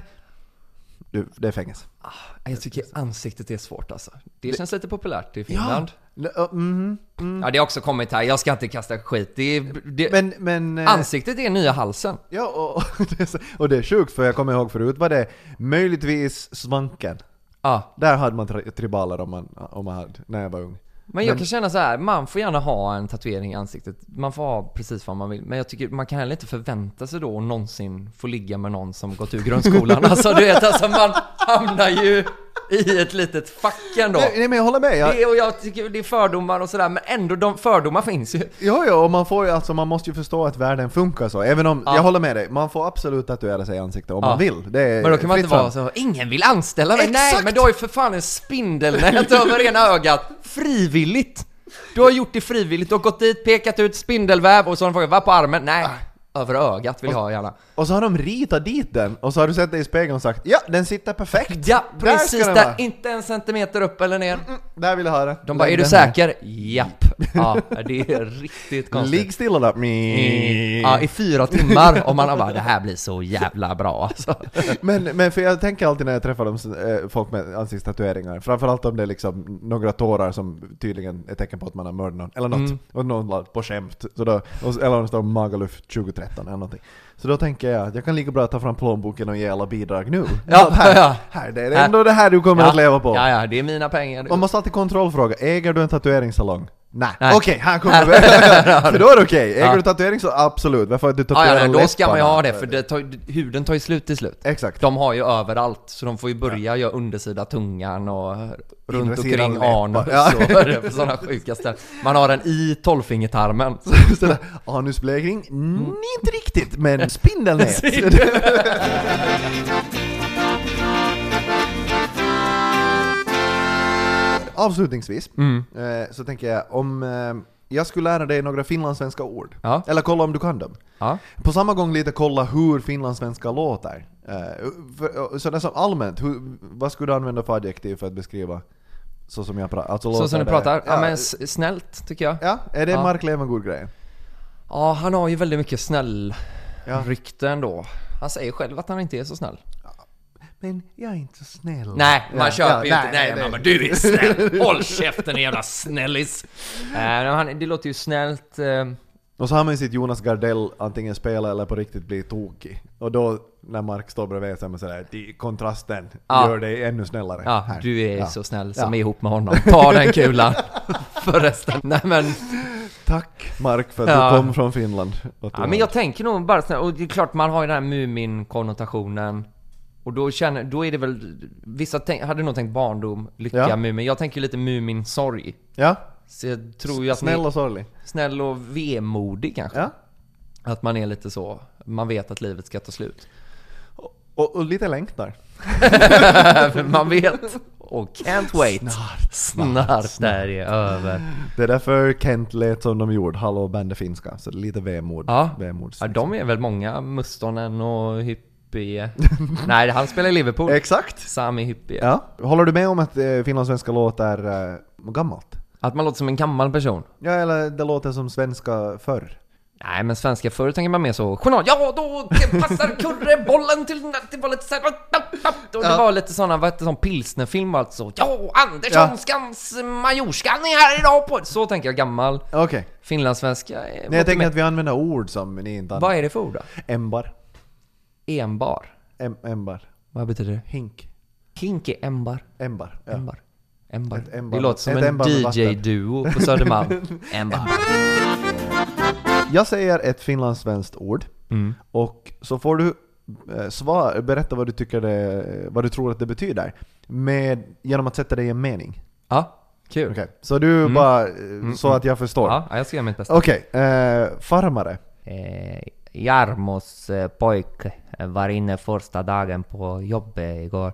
[SPEAKER 1] Du, det är fängelse.
[SPEAKER 2] Ja, Jag tycker ansiktet är svårt alltså. Det känns lite populärt i Finland.
[SPEAKER 1] Ja, mhm, mm.
[SPEAKER 2] Ja, det har också kommit här. Jag ska inte kasta skit. Det är, det,
[SPEAKER 1] Men, men... eh,
[SPEAKER 2] ansiktet är nya halsen.
[SPEAKER 1] Ja, och, och, det är så- och det är sjukt för jag kommer ihåg förut var det möjligtvis svanken.
[SPEAKER 2] Ja,
[SPEAKER 1] Där hade man tri- tribaler om man, om man hade, när jag var ung.
[SPEAKER 2] men jag kan känna så här. Man får gärna ha en tatuering i ansiktet. Man får ha precis vad man vill. Men jag tycker man kan heller inte förvänta sig då att någonsin få ligga med någon som gått ur grundskolan. Alltså du vet, alltså man hamnar ju i ett litet fack ändå.
[SPEAKER 1] Nej, nej men jag håller med. Jag,
[SPEAKER 2] Det, är- och jag tycker det är fördomar och sådär, men ändå de fördomar finns ju.
[SPEAKER 1] jo, jo, och man får ju alltså, man måste ju förstå att världen funkar så. Även om, jag håller med dig, man får absolut tatuera sig i ansiktet om
[SPEAKER 2] Ja.
[SPEAKER 1] man vill. Det är
[SPEAKER 2] Men då kan man inte
[SPEAKER 1] fritt fram.
[SPEAKER 2] vara så, ingen vill anställa mig. Eh, Nej,
[SPEAKER 1] Exakt!
[SPEAKER 2] men du har ju för fan en spindelnät över ena ögat. Frivilligt! Du har gjort det frivilligt, du har gått dit, pekat ut spindelväv och så har de frågat, vad på armen? Nej, över ögat vill jag ha gärna.
[SPEAKER 1] Och så har de ritat dit den, och så har du sett dig i spegeln och sagt ja, den sitter perfekt.
[SPEAKER 2] Ja,
[SPEAKER 1] Där ska
[SPEAKER 2] precis
[SPEAKER 1] den
[SPEAKER 2] där,
[SPEAKER 1] vara.
[SPEAKER 2] inte en centimeter upp eller ner.
[SPEAKER 1] Där vill jag ha den.
[SPEAKER 2] De bara,
[SPEAKER 1] Lägg
[SPEAKER 2] är du
[SPEAKER 1] den här.
[SPEAKER 2] säker? Japp. Ja, det är riktigt konstigt.
[SPEAKER 1] Ligg stilla där. Mm.
[SPEAKER 2] Ja, i fyra timmar och man har bara, det här blir så jävla bra alltså.
[SPEAKER 1] Men, men för jag tänker alltid när jag träffar dem, eh, folk med ansiktstatueringar, framförallt om det är liksom några tårar som tydligen är tecken på att man har mördat någon, eller något,
[SPEAKER 2] Mm.
[SPEAKER 1] och någon la på skämt, så då, och så- eller om det står Magaluf 2013 eller någonting. Så då tänker jag att jag kan lika bra ta fram plånboken och ge alla bidrag nu.
[SPEAKER 2] Ja,
[SPEAKER 1] Att här,
[SPEAKER 2] ja.
[SPEAKER 1] här, det är ändå det här du kommer
[SPEAKER 2] Ja,
[SPEAKER 1] att leva på.
[SPEAKER 2] Ja, ja, det är mina pengar.
[SPEAKER 1] Man måste alltid kontrollfråga, äger du en tatueringssalong? Nej,
[SPEAKER 2] Nej.
[SPEAKER 1] okej, han kommer För då är det okej, äger
[SPEAKER 2] Ja.
[SPEAKER 1] du tatuering så absolut, varför har du
[SPEAKER 2] Ja,
[SPEAKER 1] tatuerat
[SPEAKER 2] ja, nej, då ska man ju
[SPEAKER 1] läpparna?
[SPEAKER 2] ha det för det tar, huden tar ju slut till slut.
[SPEAKER 1] Exakt.
[SPEAKER 2] De har ju överallt, så de får ju börja göra undersida tungan och runt
[SPEAKER 1] sidan
[SPEAKER 2] omkring
[SPEAKER 1] läppar.
[SPEAKER 2] anus
[SPEAKER 1] Ja.
[SPEAKER 2] och på sådana sjuka ställen. Man har den i tolvfingertarmen.
[SPEAKER 1] Istället, Anusblekning? Mm, inte riktigt, men spindelnät! Avslutningsvis
[SPEAKER 2] Mm.
[SPEAKER 1] eh, så tänker jag om eh, jag skulle lära dig några finlandssvenska ord,
[SPEAKER 2] Ja.
[SPEAKER 1] eller kolla om du kan dem.
[SPEAKER 2] Ja.
[SPEAKER 1] På samma gång lite kolla hur finlandssvenska låter. Eh, för, så det som allmänt, hur, vad skulle du använda för adjektiv för att beskriva så som jag pratar? Alltså
[SPEAKER 2] Så som du
[SPEAKER 1] låter det-
[SPEAKER 2] pratar. Ja,
[SPEAKER 1] Ja,
[SPEAKER 2] men s- snällt tycker jag.
[SPEAKER 1] ja, är det
[SPEAKER 2] Ja.
[SPEAKER 1] Mark Levengood-grejen?
[SPEAKER 2] Ja, han har ju väldigt mycket snäll
[SPEAKER 1] Ja.
[SPEAKER 2] rykten då. Han säger själv att han inte är så snäll.
[SPEAKER 1] Men jag är inte så snäll.
[SPEAKER 2] Nej, man
[SPEAKER 1] Ja,
[SPEAKER 2] köper ju
[SPEAKER 1] ja,
[SPEAKER 2] inte. Nej, mamma du är snäll. Håll käften din jävla snällis. Äh, men han, det låter ju snällt. eh,
[SPEAKER 1] Och så har man ju sitt Jonas Gardell antingen spela eller på riktigt bli tokig. Och då när Mark står bredvid så är man sådär, "Det- kontrasten
[SPEAKER 2] Ja.
[SPEAKER 1] gör dig ännu snällare.
[SPEAKER 2] Ja,
[SPEAKER 1] Här.
[SPEAKER 2] du är
[SPEAKER 1] Ja.
[SPEAKER 2] så snäll som
[SPEAKER 1] Ja.
[SPEAKER 2] är ihop med honom. Ta den kulan. Förresten. Nej men,
[SPEAKER 1] Tack Mark för att
[SPEAKER 2] Ja.
[SPEAKER 1] du kom från Finland. och tog
[SPEAKER 2] ja, men
[SPEAKER 1] hand.
[SPEAKER 2] jag tänker nog bara snäll. Och det är klart man har ju den här Mumin-konnotationen. Och då känner, då är det väl, vissa tänk, hade nog tänkt barndom, lycka,
[SPEAKER 1] Ja.
[SPEAKER 2] Mumin. Jag tänker lite Mumin-sorg.
[SPEAKER 1] ja.
[SPEAKER 2] Så jag tror ju att
[SPEAKER 1] Snäll
[SPEAKER 2] ni,
[SPEAKER 1] och sorglig.
[SPEAKER 2] snäll och vemodig kanske.
[SPEAKER 1] Ja.
[SPEAKER 2] Att man är lite så, man vet att livet ska ta slut.
[SPEAKER 1] Och, och lite längtar.
[SPEAKER 2] man vet. Och can't wait. Snart, snart, där är över.
[SPEAKER 1] Det är därför Kent lät som de gjorde, Hallå band är finska. Så det är lite vemod.
[SPEAKER 2] Ja.
[SPEAKER 1] Vemods-
[SPEAKER 2] Ja, de är väl många, Mustonen och Hyppie. Nej, han spelar i Liverpool.
[SPEAKER 1] Exakt!
[SPEAKER 2] Sami Hyppie.
[SPEAKER 1] Ja. Håller du med om att eh, finlandssvenska låter eh, gammalt?
[SPEAKER 2] Att man låter som en gammal person.
[SPEAKER 1] Ja, eller det låter som svenska förr.
[SPEAKER 2] Nej, men svenska förr tänker man mer så journal. Ja, då passar kurre bollen till... Det var lite så här, och det var lite sådana, vad hette sån pilsnerfilm och allt så. Ja,
[SPEAKER 1] Ja.
[SPEAKER 2] Andersson, Skans, Majorskan är här idag på... Så tänker jag gammal.
[SPEAKER 1] Okej.
[SPEAKER 2] Finlandssvenska. eh,
[SPEAKER 1] Nej, jag tänker
[SPEAKER 2] men-
[SPEAKER 1] att vi använder ord som ni inte
[SPEAKER 2] Vad
[SPEAKER 1] använder.
[SPEAKER 2] är det för ord då?
[SPEAKER 1] Embar.
[SPEAKER 2] Enbar.
[SPEAKER 1] Em, embar.
[SPEAKER 2] Vad betyder det?
[SPEAKER 1] Hink.
[SPEAKER 2] Hinke embar.
[SPEAKER 1] Embar. Ja.
[SPEAKER 2] Embar. Embar.
[SPEAKER 1] Ett embar.
[SPEAKER 2] Det låter som
[SPEAKER 1] Ett
[SPEAKER 2] en
[SPEAKER 1] embar med vatten.
[SPEAKER 2] DJ-duo på Södermalm. embar.
[SPEAKER 1] Jag säger ett finlandssvenskt ord
[SPEAKER 2] Mm.
[SPEAKER 1] och så får du eh, svar, berätta vad du, tycker det, vad du tror att det betyder med, genom att sätta det i en mening.
[SPEAKER 2] Ja, kul.
[SPEAKER 1] Okej. Så du bara, eh, så att jag förstår.
[SPEAKER 2] Mm. Ja, jag ska göra mitt bästa.
[SPEAKER 1] Okej, eh, farmare.
[SPEAKER 2] Eh, Jarmos eh, pojk eh, var inne första dagen på jobbet igår.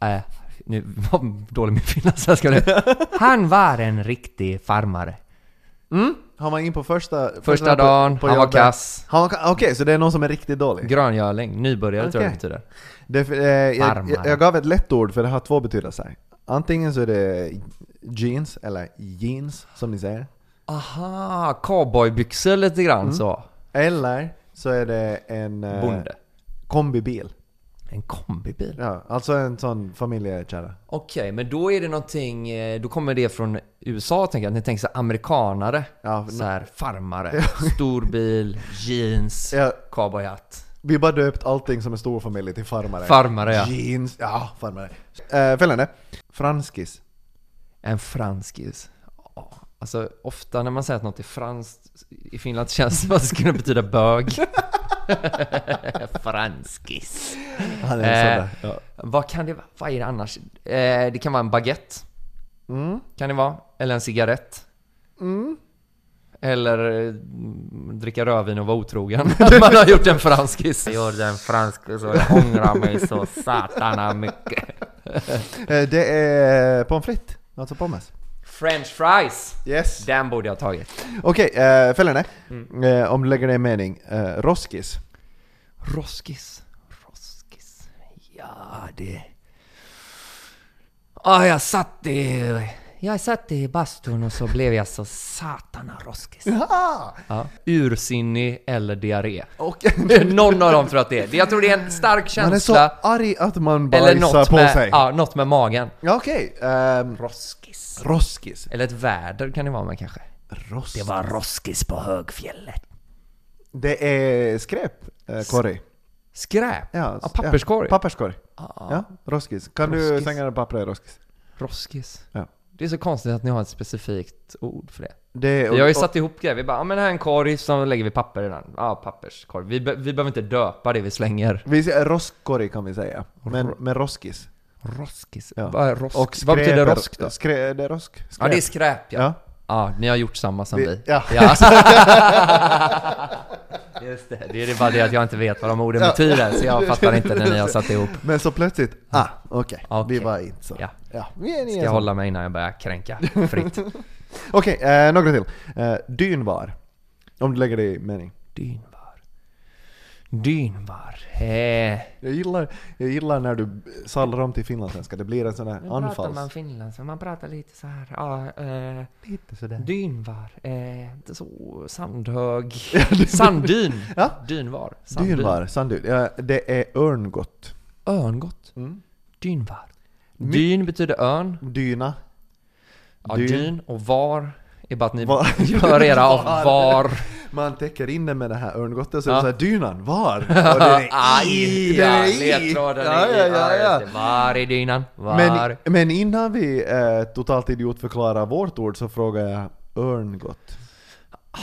[SPEAKER 2] Eh, nu vad dålig min finlandssvenska nu. Han var en riktig farmare.
[SPEAKER 1] Han var in på första... Första,
[SPEAKER 2] dagen, han var
[SPEAKER 1] jobbet.
[SPEAKER 2] kass.
[SPEAKER 1] Han var ka- Okej, så det är någon som är riktigt dålig?
[SPEAKER 2] Gröngöling, nybörjare tror jag det
[SPEAKER 1] Okej.
[SPEAKER 2] betyder.
[SPEAKER 1] Det, är för- eh, jag, jag,
[SPEAKER 2] Farmare.
[SPEAKER 1] jag gav ett lätt ord för det har två betydelser. Antingen så är det jeans, eller jeans som ni säger.
[SPEAKER 2] Aha, cowboybyxor lite grann
[SPEAKER 1] Mm.
[SPEAKER 2] så.
[SPEAKER 1] Eller så är det en eh,
[SPEAKER 2] Bonde.
[SPEAKER 1] kombibil.
[SPEAKER 2] En kombibil.
[SPEAKER 1] Ja, alltså en sån familjekärra.
[SPEAKER 2] Okej, men då är det någonting, eh, då kommer det från USA tänker jag, ni tänker så här, amerikanare,
[SPEAKER 1] Ja,
[SPEAKER 2] så här farmare, stor bil, jeans,
[SPEAKER 1] Ja.
[SPEAKER 2] cowboyhatt.
[SPEAKER 1] Vi bara döpt allting som är storfamilj till farmare.
[SPEAKER 2] Farmare, ja.
[SPEAKER 1] Jeans, ja farmare. Eh, följande. Franskis.
[SPEAKER 2] En franskis. Ja, Alltså ofta när man säger att något är franskt i Finland känns det som att det skulle betyda bög. franskis.
[SPEAKER 1] Han är en
[SPEAKER 2] Eh.
[SPEAKER 1] sån där. Ja.
[SPEAKER 2] Vad kan det vara? Vad är det annars? Eh, det kan vara en baguette.
[SPEAKER 1] Mm.
[SPEAKER 2] Kan det vara. Eller en cigarett. Mm. Eller eh, dricka rödvin och vara otrogen. Man har gjort en franskis. Jag gjorde en franskis och jag ångrar mig så satana mycket.
[SPEAKER 1] Eh, det är pommes frites, alltså pommes.
[SPEAKER 2] French fries!
[SPEAKER 1] Yes.
[SPEAKER 2] Den borde jag ha tagit.
[SPEAKER 1] Okej, eh, följande.
[SPEAKER 2] Mm.
[SPEAKER 1] Eh, om du lägger det i en mening. Eh, roskis.
[SPEAKER 2] Roskis. Roskis. Ja, det... Ah, jag satt i... Jag satt i bastun och så blev jag så satana roskis.
[SPEAKER 1] Ah!
[SPEAKER 2] Ja. Ursinnig eller diarré.
[SPEAKER 1] Okej.
[SPEAKER 2] Någon av dem tror jag att det är. Jag tror det är en stark
[SPEAKER 1] Man är så
[SPEAKER 2] känsla.
[SPEAKER 1] arg att man
[SPEAKER 2] Eller
[SPEAKER 1] bajsar
[SPEAKER 2] något
[SPEAKER 1] på
[SPEAKER 2] med,
[SPEAKER 1] sig.
[SPEAKER 2] ja, något med magen.
[SPEAKER 1] Ja, Okej. ehm,
[SPEAKER 2] Roskis.
[SPEAKER 1] roskis.
[SPEAKER 2] Eller ett väder kan det vara med kanske.
[SPEAKER 1] Roskis. Det,
[SPEAKER 2] var roskis på högfjället.
[SPEAKER 1] är skräp, eh, korg.
[SPEAKER 2] Skräp?
[SPEAKER 1] Ja,
[SPEAKER 2] Ja, papperskorg.
[SPEAKER 1] Ja, papperskorg.
[SPEAKER 2] Ja.
[SPEAKER 1] Ja, roskis. Kan du
[SPEAKER 2] Roskis.
[SPEAKER 1] slänga det papper i roskis?
[SPEAKER 2] Roskis.
[SPEAKER 1] Ja.
[SPEAKER 2] Det är så konstigt att ni har ett specifikt ord för det.
[SPEAKER 1] Det,
[SPEAKER 2] Vi har ju satt ihop grejer. Vi bara, ja men här är en korg, så lägger vi papper i den. Ja, papperskorg. Vi, be- vi behöver inte döpa det vi slänger.
[SPEAKER 1] vi säger roskorg kan vi säga, men med roskis.
[SPEAKER 2] Roskis.
[SPEAKER 1] Ja.
[SPEAKER 2] Vad, är rosk?
[SPEAKER 1] Och
[SPEAKER 2] Vad betyder
[SPEAKER 1] skräp-
[SPEAKER 2] rosk då?
[SPEAKER 1] Skrä, det är rosk. Skräp.
[SPEAKER 2] Ja, det är skräp ja. ja.
[SPEAKER 1] Ja.
[SPEAKER 2] ni har gjort samma som vi.
[SPEAKER 1] Vi- ja.
[SPEAKER 2] alltså. Just det, det är bara det att jag inte vet vad de orden betyder, så jag fattar inte när ni har satt ihop.
[SPEAKER 1] Men så plötsligt, ah, okej,
[SPEAKER 2] Okej.
[SPEAKER 1] vi var inte så.
[SPEAKER 2] Ja.
[SPEAKER 1] vi är- ni är
[SPEAKER 2] Ska jag
[SPEAKER 1] så.
[SPEAKER 2] hålla mig innan jag börjar kränka fritt.
[SPEAKER 1] Okej, eh, några till. Eh, dynvar. Om du lägger det i mening.
[SPEAKER 2] Dynvar. Dynvar. Eh.
[SPEAKER 1] Jag gillar, jag gillar när du sadlar om till finlandssvenska, det blir en sån där
[SPEAKER 2] Nu pratar man
[SPEAKER 1] anfalls...
[SPEAKER 2] finländska, man pratar lite så här. Ja, eh,
[SPEAKER 1] Lite sådär.
[SPEAKER 2] dynvar. Eh, det är så, sandhög. Sanddyn.
[SPEAKER 1] Ja.
[SPEAKER 2] Dynvar. Sanddyn.
[SPEAKER 1] Dynvar, sanddyn. Ja, det är örngott.
[SPEAKER 2] Örngott.
[SPEAKER 1] Mm.
[SPEAKER 2] Dynvar. Dyn betyder örn.
[SPEAKER 1] Dyna.
[SPEAKER 2] Ja,
[SPEAKER 1] Dyn.
[SPEAKER 2] dyn och var är bara att ni
[SPEAKER 1] Var.
[SPEAKER 2] gör era av
[SPEAKER 1] Var.
[SPEAKER 2] var.
[SPEAKER 1] Man täcker in den med det här örngottet, så
[SPEAKER 2] Ja.
[SPEAKER 1] är det såhär dynan, var? Och den är i! Den
[SPEAKER 2] ja,
[SPEAKER 1] är i.
[SPEAKER 2] ledtråden
[SPEAKER 1] ja,
[SPEAKER 2] är i.
[SPEAKER 1] ja, ja,
[SPEAKER 2] just
[SPEAKER 1] ja.
[SPEAKER 2] det. Var är dynan? Var?
[SPEAKER 1] Men, men innan vi eh, totalt idiotförklarar vårt ord så frågar jag örngott.
[SPEAKER 2] Pa,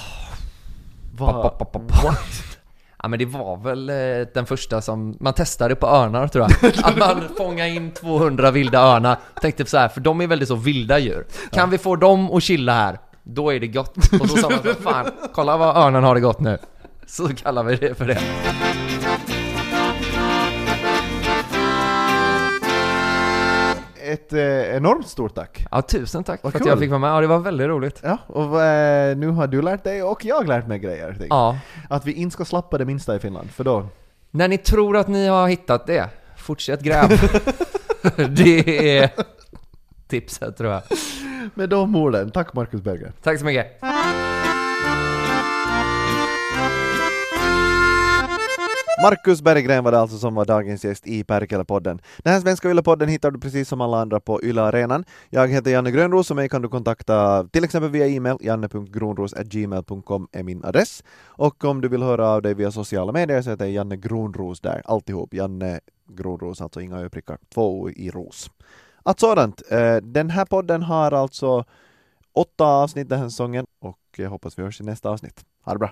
[SPEAKER 2] pa,
[SPEAKER 1] Vad?
[SPEAKER 2] pa, pa, pa. Ja men det var väl eh, den första som, man testade på örnar tror jag. Att man fångade in 200 vilda örnar. Tänkte så här, för de är väldigt så vilda djur. Kan vi få dem att chilla här, då är det gott. Och så sa man, "Vad fan, kolla vad örnen har det gott nu. Så kallar vi det för det.
[SPEAKER 1] Ett eh, enormt stort tack!
[SPEAKER 2] Ja tusen tack för
[SPEAKER 1] Vad
[SPEAKER 2] att jag
[SPEAKER 1] kul.
[SPEAKER 2] fick vara med, ja det var väldigt roligt.
[SPEAKER 1] Ja, och eh, nu har du lärt dig och jag lärt mig grejer. tänker jag.
[SPEAKER 2] Ja,
[SPEAKER 1] Att vi inte ska slappa det minsta i Finland, för då...
[SPEAKER 2] När ni tror att ni har hittat det, fortsätt gräv. det är tipset tror jag.
[SPEAKER 1] Med de orden, tack Marcus Berger.
[SPEAKER 2] Tack så mycket.
[SPEAKER 1] Marcus Berggren var det alltså som var dagens gäst i Perkele-podden. Den här svenska Yle-podden hittar du precis som alla andra på Yle Arenan. Jag heter Janne Grönros och mig kan du kontakta till exempel via e-mail, janne.gronros.gmail.com är min adress. Och om du vill höra av dig via sociala medier så heter jag Janne Gronros där, alltihop. Janne Gronros, alltså inga ö-prickar, två o i ros. Att sådant, eh, den här podden har alltså eh, åtta avsnitt den här säsongen och jag hoppas vi hörs i nästa avsnitt. Ha det bra!